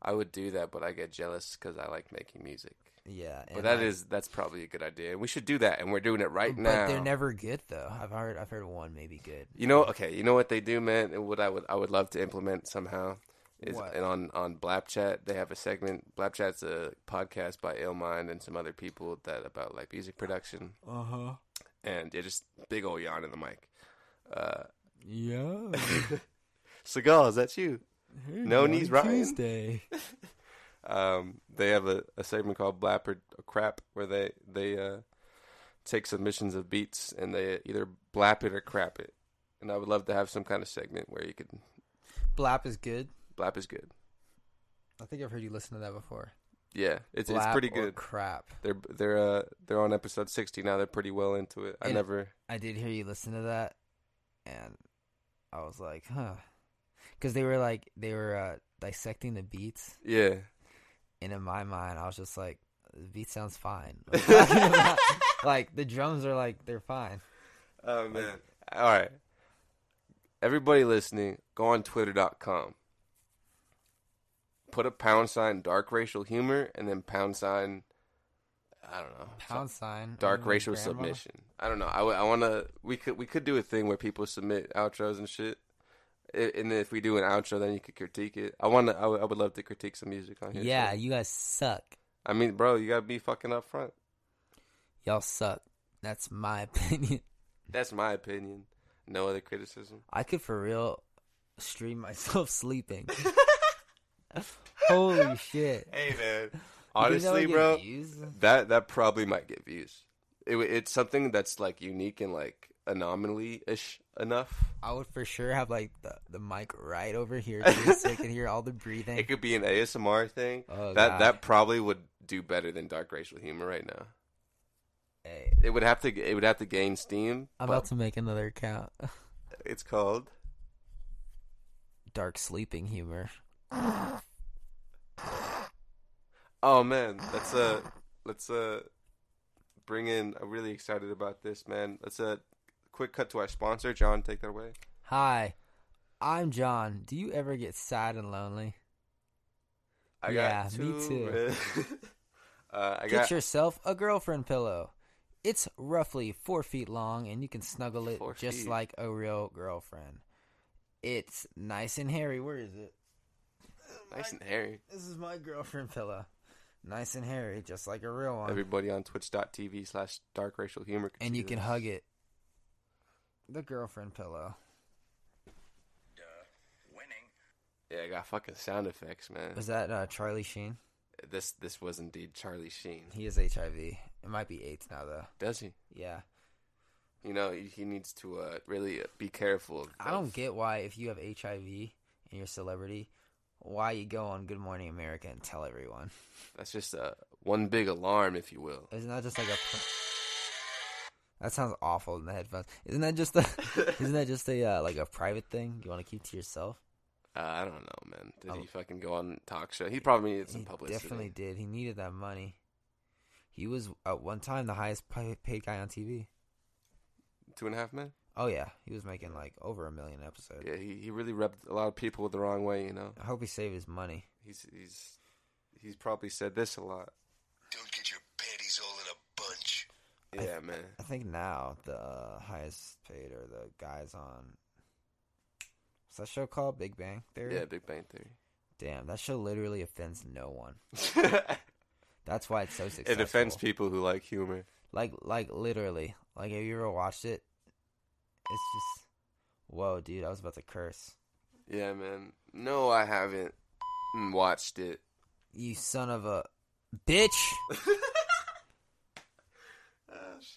Speaker 2: I would do that, but I get jealous because I like making music.
Speaker 1: Yeah, and
Speaker 2: But that
Speaker 1: like-
Speaker 2: is that's probably a good idea. We should do that, and we're doing it right
Speaker 1: but
Speaker 2: now.
Speaker 1: they're never good though. I've heard I've heard one maybe good.
Speaker 2: You know, okay. You know what they do, man. And what I would I would love to implement somehow is
Speaker 1: What?
Speaker 2: and on on Blapchat they have a segment. Blapchat's a podcast by Illmind and some other people that about like music production,
Speaker 1: Uh huh.
Speaker 2: and they just big old yawn in the mic. Uh,
Speaker 1: Yeah.
Speaker 2: Seagal, is that you? No knees, Ryan.
Speaker 1: Tuesday.
Speaker 2: Um, they have a, a segment called Blap or Crap where they they uh, take submissions of beats and they either blap it or crap it. And I would love to have some kind of segment where you could
Speaker 1: Blap is good.
Speaker 2: blap is good.
Speaker 1: I think I've heard you listen to that before.
Speaker 2: Yeah, it's it's
Speaker 1: Blap
Speaker 2: pretty
Speaker 1: or
Speaker 2: good.
Speaker 1: Crap.
Speaker 2: They're they're uh they're on episode sixty now. They're pretty well into it. I
Speaker 1: And-
Speaker 2: never.
Speaker 1: I did hear you listen to that, and I was like, huh, because they were like they were uh, dissecting the beats,
Speaker 2: Yeah.
Speaker 1: and in my mind, I was just like, the beat sounds fine.
Speaker 2: oh
Speaker 1: like the drums are like they're fine.
Speaker 2: man. All right. Everybody listening, go on Twitter.com. Put a pound sign dark racial humor and then pound sign. I don't know.
Speaker 1: Pound sign.
Speaker 2: dark
Speaker 1: Amy
Speaker 2: racial
Speaker 1: Grandma.
Speaker 2: submission. I don't know. I, w- I want to. We could we could do a thing where people submit outros and shit. I- And if we do an outro, then you could critique it. I want to. I would- I would love to critique some music on here.
Speaker 1: Yeah,
Speaker 2: too.
Speaker 1: you guys suck.
Speaker 2: I mean, bro, you gotta be fucking up front.
Speaker 1: Y'all suck. That's my opinion.
Speaker 2: That's my opinion. No other criticism.
Speaker 1: I could for real stream myself sleeping. Holy shit!
Speaker 2: Hey man,
Speaker 1: You think that would
Speaker 2: honestly,
Speaker 1: get
Speaker 2: bro,
Speaker 1: views?
Speaker 2: that that probably might get views. It, w- it's something that's like unique and like anomaly ish enough.
Speaker 1: I would for sure have like the, the mic right over here too, so I can hear all the breathing.
Speaker 2: It could be an ASMR thing.
Speaker 1: oh,
Speaker 2: that
Speaker 1: God.
Speaker 2: that probably would do better than dark racial humor right now.
Speaker 1: Hey,
Speaker 2: It would have to it would have to gain steam.
Speaker 1: I'm
Speaker 2: but
Speaker 1: about to make another account.
Speaker 2: It's called.
Speaker 1: Dark sleeping humor.
Speaker 2: Oh man, let's uh let's uh bring in. I'm really excited about this, man. Let's uh quick cut to our sponsor, John. Take that away.
Speaker 1: Hi, I'm John. Do you ever get sad and lonely?
Speaker 2: I
Speaker 1: Yeah,
Speaker 2: got
Speaker 1: me
Speaker 2: two
Speaker 1: too.
Speaker 2: red- uh, I
Speaker 1: Get
Speaker 2: got
Speaker 1: yourself a girlfriend pillow. It's roughly four feet long, and you can snuggle it
Speaker 2: Four
Speaker 1: just
Speaker 2: feet.
Speaker 1: like a real girlfriend. It's nice and hairy. Where is it?
Speaker 2: nice and hairy.
Speaker 1: This is my girlfriend pillow. Nice and hairy, just like a real one.
Speaker 2: Everybody on twitch.tv slash dark racial humor.
Speaker 1: and you
Speaker 2: see
Speaker 1: can
Speaker 2: this.
Speaker 1: hug it. The girlfriend pillow.
Speaker 2: Yeah, I got fucking sound effects, man.
Speaker 1: Was that uh, Charlie Sheen?
Speaker 2: This this was indeed Charlie Sheen.
Speaker 1: He is HIV. It might be AIDS now though.
Speaker 2: Does he?
Speaker 1: Yeah,
Speaker 2: You know, he he needs to uh, really uh, be careful. Of,
Speaker 1: I don't
Speaker 2: of-
Speaker 1: get why if you have HIV and you're a celebrity, why you go on Good Morning America and tell everyone.
Speaker 2: That's just uh, one big alarm, if you will.
Speaker 1: Isn't that just like a? That sounds awful in the headphones. Isn't that just a? isn't that just a uh, like a private thing you want to keep to yourself?
Speaker 2: Uh, I don't know, man. Did
Speaker 1: Um,
Speaker 2: he fucking go on talk show? He probably needed some
Speaker 1: he
Speaker 2: publicity.
Speaker 1: definitely did. He needed that money. He was at one time the highest pa- paid guy on TV.
Speaker 2: Two and a half men.
Speaker 1: Oh yeah, he was making like over a million episodes.
Speaker 2: Yeah, he, he really rubbed a lot of people the wrong way. You know,
Speaker 1: I hope he saved his money.
Speaker 2: he's he's he's probably said this a lot.
Speaker 3: Don't get your panties all in a
Speaker 1: I-
Speaker 3: bunch.
Speaker 2: Yeah, man.
Speaker 1: I think now the uh, highest paid are the guys on. What's that show called? Big Bang Theory.
Speaker 2: Yeah, Big Bang Theory.
Speaker 1: Damn, that show literally offends no one. That's why it's so successful.
Speaker 2: it offends people who like humor.
Speaker 1: Like, like literally, like have you ever watched it? It's just, whoa, dude! I was about to curse.
Speaker 2: Yeah, man. No, I haven't watched it.
Speaker 1: You son of a bitch.
Speaker 2: Oh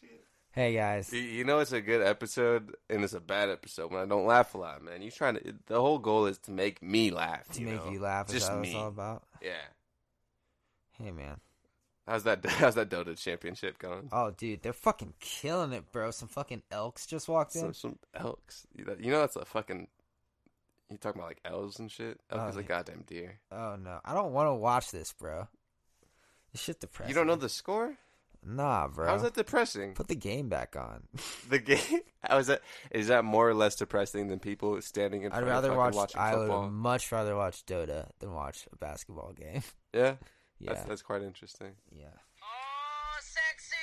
Speaker 2: shit.
Speaker 1: Hey guys.
Speaker 2: You, you know it's a good episode and it's a bad episode when I don't laugh a lot, man. You trying to? The whole goal is to make me laugh.
Speaker 1: To
Speaker 2: you
Speaker 1: make
Speaker 2: know?
Speaker 1: you laugh is
Speaker 2: Just
Speaker 1: that what
Speaker 2: me.
Speaker 1: it's all about.
Speaker 2: Yeah.
Speaker 1: Hey man.
Speaker 2: How's that? How's that Dota championship going?
Speaker 1: Oh dude, they're fucking killing it, bro. Some fucking elks just walked in.
Speaker 2: Some, some elks. You know- You know that's a fucking. You talking about like elves and shit? Elk
Speaker 1: Oh,
Speaker 2: is a
Speaker 1: yeah.
Speaker 2: goddamn deer.
Speaker 1: Oh no. I don't want to watch this, bro. This shit depressing.
Speaker 2: You don't know the score?
Speaker 1: Nah, bro.
Speaker 2: How's that depressing?
Speaker 1: Put the game back on.
Speaker 2: The game. How is that? Is that more or less depressing than people standing in
Speaker 1: I'd
Speaker 2: front
Speaker 1: rather
Speaker 2: of
Speaker 1: watch.
Speaker 2: fucking watching
Speaker 1: I
Speaker 2: football?
Speaker 1: would much rather watch Dota than watch a basketball game.
Speaker 2: Yeah,
Speaker 1: yeah,
Speaker 2: That's, that's quite interesting.
Speaker 1: yeah.
Speaker 4: Oh, sexy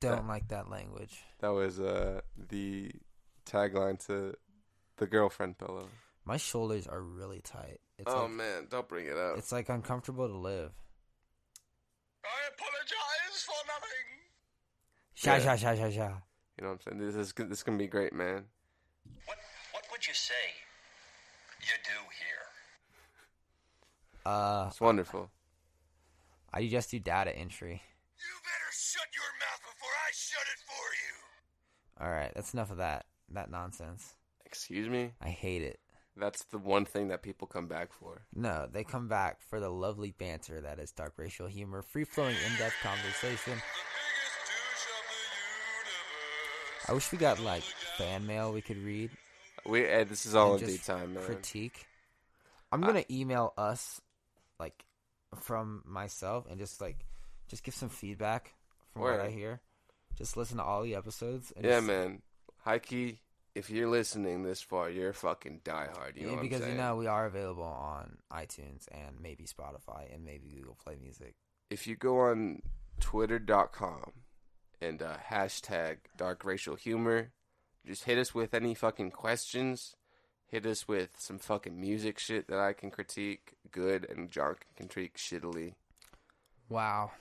Speaker 4: girlfriend.
Speaker 1: Don't
Speaker 2: that-
Speaker 1: like that language.
Speaker 2: That was uh the tagline to the girlfriend pillow.
Speaker 1: My shoulders are really tight. It's
Speaker 2: oh
Speaker 1: like,
Speaker 2: man, don't bring it up.
Speaker 1: It's like uncomfortable to live.
Speaker 3: I apologize for nothing.
Speaker 1: Sha sha
Speaker 2: Yeah.
Speaker 1: sha sha sha.
Speaker 2: You know what I'm saying? This is this is gonna be great, man.
Speaker 3: What What would you say you do here?
Speaker 1: Uh,
Speaker 2: It's wonderful.
Speaker 1: I just do data entry.
Speaker 3: You better shut your mouth before I shut it for
Speaker 1: All
Speaker 3: you.
Speaker 1: right, that's enough of that. That nonsense.
Speaker 2: Excuse me.
Speaker 1: I hate it.
Speaker 2: That's the one thing that people come back for.
Speaker 1: No, they come back for the lovely banter that is dark racial humor, free flowing, in depth conversation.
Speaker 3: The biggest douche of the universe.
Speaker 1: I wish we got like fan mail we could read.
Speaker 2: We eh, this is all
Speaker 1: and
Speaker 2: in due
Speaker 1: just
Speaker 2: time, man.
Speaker 1: Critique. I'm gonna email us, like, from myself, and just like, just give some feedback from what I
Speaker 2: Word.
Speaker 1: hear. Just listen to all the episodes. And
Speaker 2: yeah,
Speaker 1: just-
Speaker 2: man. Heike, if you're listening this far, you're a fucking diehard. You know
Speaker 1: yeah,
Speaker 2: what
Speaker 1: because
Speaker 2: I'm saying?
Speaker 1: you know we are available on iTunes and maybe Spotify and maybe Google Play Music.
Speaker 2: if you go on twitter.com and uh, hashtag dark racial humor just hit us with any fucking questions hit us with some fucking music shit that i can critique good and john can critique shittily
Speaker 1: Wow.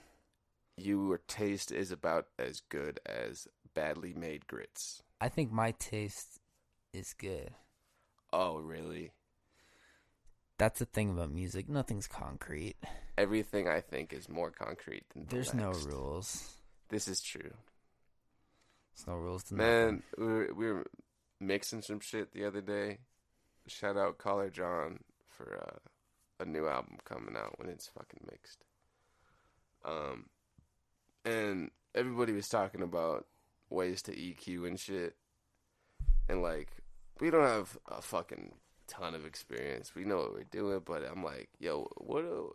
Speaker 2: your taste is about as good as badly made grits
Speaker 1: I think my taste is good.
Speaker 2: oh really
Speaker 1: That's the thing about music. Nothing's concrete.
Speaker 2: everything i think is more concrete than the
Speaker 1: There's no
Speaker 2: next.
Speaker 1: rules.
Speaker 2: this is true
Speaker 1: There's no rules to nothing.
Speaker 2: Man, we were, we were mixing some shit the other day. Shout out Caller John for uh, a new album coming out when it's fucking mixed. Um, and everybody was talking about ways to EQ and shit. And like, we don't have a fucking ton of experience. We know what we're doing, but I'm like, yo, what do,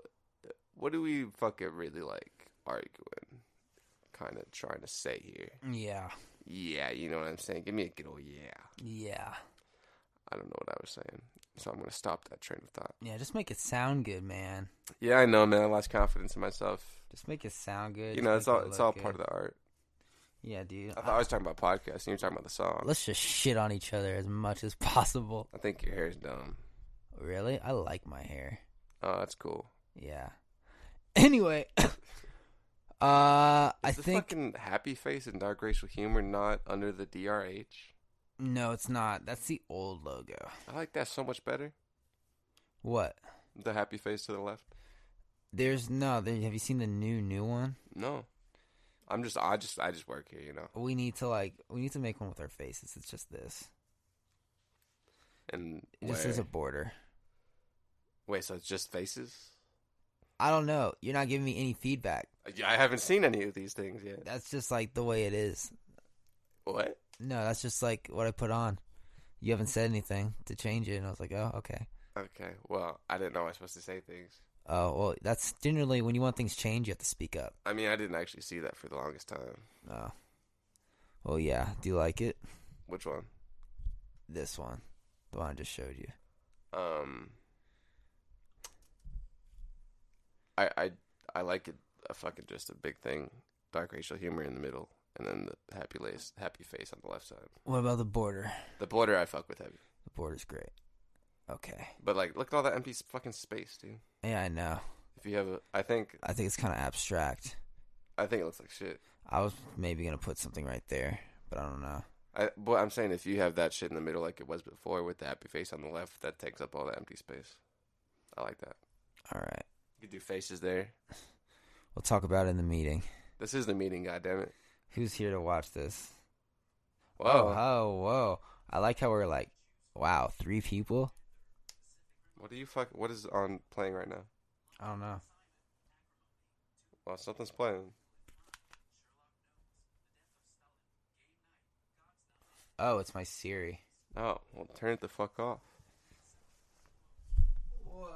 Speaker 2: what do we fucking really like arguing? Kind of trying to say here.
Speaker 1: Yeah.
Speaker 2: Yeah, you know what I'm saying. Give me a good old yeah.
Speaker 1: Yeah.
Speaker 2: I don't know what I was saying, so I'm gonna stop that train of thought.
Speaker 1: Yeah, just make it sound good, man.
Speaker 2: Yeah, I know, man. I lost confidence in myself.
Speaker 1: Just make it sound good.
Speaker 2: you know, it's all it's all part of the art.
Speaker 1: the. Yeah, dude.
Speaker 2: I thought I was talking about podcasting. You were talking about the song.
Speaker 1: Let's just shit on each other as much as possible.
Speaker 2: I think your hair's dumb.
Speaker 1: Really? I like my hair.
Speaker 2: Oh, that's cool.
Speaker 1: Yeah. Anyway, uh, I
Speaker 2: Is the
Speaker 1: think
Speaker 2: fucking happy face and dark racial humor not under the DRH.
Speaker 1: no, it's not. That's the old logo.
Speaker 2: I like that so much better.
Speaker 1: What?
Speaker 2: The happy face to the left.
Speaker 1: There's no. There, have you seen the new new one?
Speaker 2: No, I'm just I just I just work here. You know,
Speaker 1: We need to like. We need to make one with our faces. It's just this.
Speaker 2: and
Speaker 1: It just
Speaker 2: where-
Speaker 1: is a border.
Speaker 2: wait, so it's just faces.
Speaker 1: I don't know. You're not giving me any feedback.
Speaker 2: Yeah, I haven't seen any of these things yet.
Speaker 1: That's just like the way it is.
Speaker 2: What?
Speaker 1: No, that's just like what I put on. You haven't said anything to change it, and I was like, oh, okay.
Speaker 2: Okay. Well, I didn't know I was supposed to say things.
Speaker 1: Oh, well, that's generally when you want things changed, you have to speak up.
Speaker 2: I mean, I didn't actually see that for the longest time.
Speaker 1: Oh. Well, yeah. Do you like it?
Speaker 2: Which one?
Speaker 1: This one. The one I just showed you.
Speaker 2: Um, I I I like it. A fucking just a big thing. Dark racial humor in the middle, and then the happy lace, happy face on the left side.
Speaker 1: What about the border?
Speaker 2: The border I fuck with heavy,
Speaker 1: The border's great. Okay.
Speaker 2: but like, look at all that empty s- fucking space, dude.
Speaker 1: Yeah, I know.
Speaker 2: If you have a, I think
Speaker 1: I think it's kind of abstract.
Speaker 2: I think it looks like shit.
Speaker 1: I was maybe going to put something right there, but I don't know.
Speaker 2: I, but I'm saying if you have that shit in the middle like it was before with the happy face on the left, that takes up all the empty space. I like that.
Speaker 1: All right.
Speaker 2: You could do faces there.
Speaker 1: We'll talk about it in the meeting.
Speaker 2: This is the meeting, goddammit.
Speaker 1: Who's here to watch this?
Speaker 2: Whoa.
Speaker 1: Oh, oh, whoa. I like how we're like, wow, three people?
Speaker 2: What do you fuck? What is on playing right now?
Speaker 1: I don't know.
Speaker 2: Well, something's playing.
Speaker 1: Oh, it's my Siri.
Speaker 2: Oh, well, turn it the fuck off.
Speaker 1: Whoa.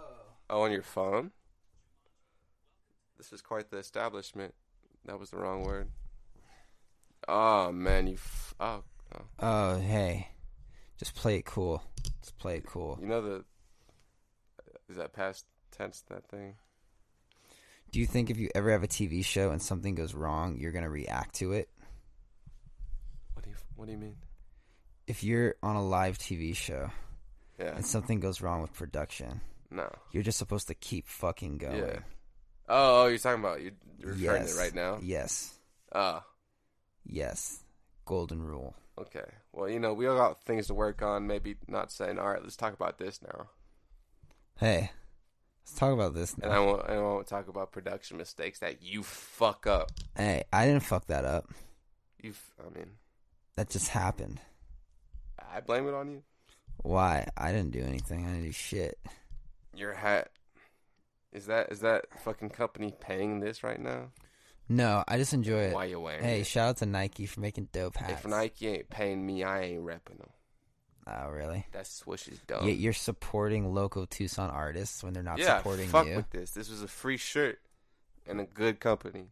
Speaker 2: Oh, on your phone? This is quite the establishment. That was the wrong word. Oh, man, you. F- oh, oh.
Speaker 1: Oh, hey. Just play it cool. Just play it cool.
Speaker 2: You know the. Is that past tense, that thing?
Speaker 1: Do you think if you ever have a TV show and something goes wrong, you're going to react to it?
Speaker 2: What do you, what do you mean?
Speaker 1: If you're on a live TV show
Speaker 2: Yeah.
Speaker 1: and something goes wrong with production,
Speaker 2: No.
Speaker 1: you're just supposed to keep fucking going.
Speaker 2: Yeah. Oh, oh, you're talking about. You're referring
Speaker 1: Yes.
Speaker 2: to it right now?
Speaker 1: Yes.
Speaker 2: Oh,
Speaker 1: Yes. Golden rule.
Speaker 2: okay. Well, you know, we all got things to work on. Maybe not saying, all right, let's talk about this now.
Speaker 1: Hey, let's talk about this
Speaker 2: And I
Speaker 1: now.
Speaker 2: won't, I won't talk about production mistakes that you fuck up.
Speaker 1: hey, I didn't fuck that up.
Speaker 2: You, f- I mean,
Speaker 1: That just happened.
Speaker 2: I blame it on you.
Speaker 1: Why? I didn't do anything. I didn't do shit.
Speaker 2: Your hat. Is that is that fucking company paying this right now?
Speaker 1: No, I just enjoy it.
Speaker 2: Why you wearing
Speaker 1: Hey,
Speaker 2: it?
Speaker 1: shout out to Nike for making dope hats.
Speaker 2: If Nike ain't paying me, I ain't repping them.
Speaker 1: Oh, really?
Speaker 2: That swish is dumb.
Speaker 1: Yeah, you're supporting local Tucson artists when they're not
Speaker 2: Oh. yeah,
Speaker 1: supporting
Speaker 2: fuck
Speaker 1: you.
Speaker 2: with this. This was a free shirt and a good company.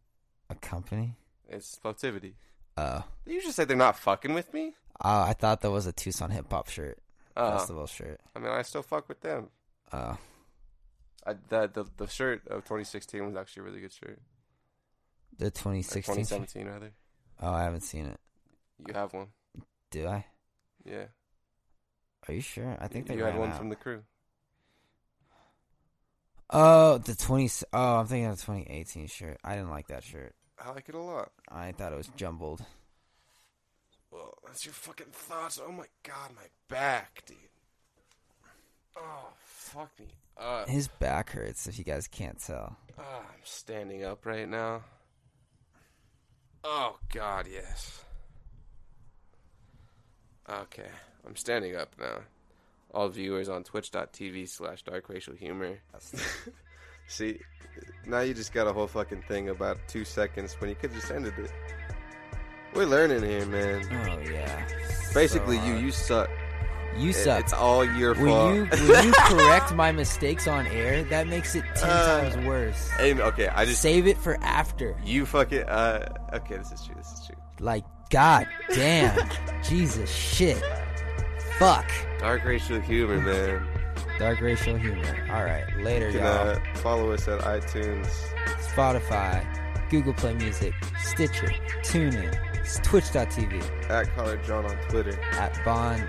Speaker 1: A company?
Speaker 2: It's Floativity.
Speaker 1: Oh.
Speaker 2: You just said they're not fucking with me.
Speaker 1: Oh, I thought that was a Tucson hip hop shirt.
Speaker 2: Uh,
Speaker 1: Festival shirt.
Speaker 2: I mean, I still fuck with them.
Speaker 1: Oh.
Speaker 2: I, the, the the shirt of 2016 was actually a really good shirt.
Speaker 1: The
Speaker 2: Or
Speaker 1: 2016.
Speaker 2: 2017 rather.
Speaker 1: Oh, I haven't seen it.
Speaker 2: You have one.
Speaker 1: Do I?
Speaker 2: Yeah.
Speaker 1: Are you sure? I think they
Speaker 2: you had
Speaker 1: ran
Speaker 2: one
Speaker 1: out.
Speaker 2: from the crew.
Speaker 1: Oh, the 20. Oh, I'm thinking of the 2018 shirt. I didn't like that shirt.
Speaker 2: I like it a lot.
Speaker 1: I thought it was jumbled.
Speaker 2: Well, that's your fucking thoughts. Oh my god, my back, dude. Oh, fuck me. Uh,
Speaker 1: His back hurts, if you guys can't tell.
Speaker 2: Ah, I'm standing up right now. Oh god, yes. Okay, I'm standing up now. All viewers on twitch.tv slash dark racial humor. See, now you just got a whole fucking thing about two seconds when you could just ended it. We're learning here, man.
Speaker 1: Oh, yeah.
Speaker 2: Basically,
Speaker 1: So uh,
Speaker 2: you
Speaker 1: hard.
Speaker 2: you suck.
Speaker 1: You suck.
Speaker 2: It's all your fault.
Speaker 1: when you when you correct my mistakes on air, that makes it ten
Speaker 2: Uh,
Speaker 1: times worse.
Speaker 2: And, okay, I just
Speaker 1: Save it for after.
Speaker 2: you fucking uh. Okay, this is true. This is true.
Speaker 1: Like, god damn, Jesus shit, fuck.
Speaker 2: Dark racial humor, man.
Speaker 1: Dark racial humor. All right, later,
Speaker 2: You can
Speaker 1: y'all.
Speaker 2: uh, follow us at iTunes.
Speaker 1: Spotify, Google Play Music, Stitcher, TuneIn, Twitch.tv,
Speaker 2: At Collar John on Twitter.
Speaker 1: at Bond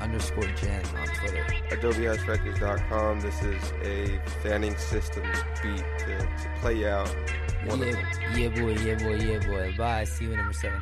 Speaker 1: underscore Jen on Twitter.
Speaker 2: AdobeHouseRecords.com. This is a Fanning Systems beat to, to play out. One of them.
Speaker 1: Yeah, yeah, boy, yeah, boy, yeah, boy. Bye. See you in number seven.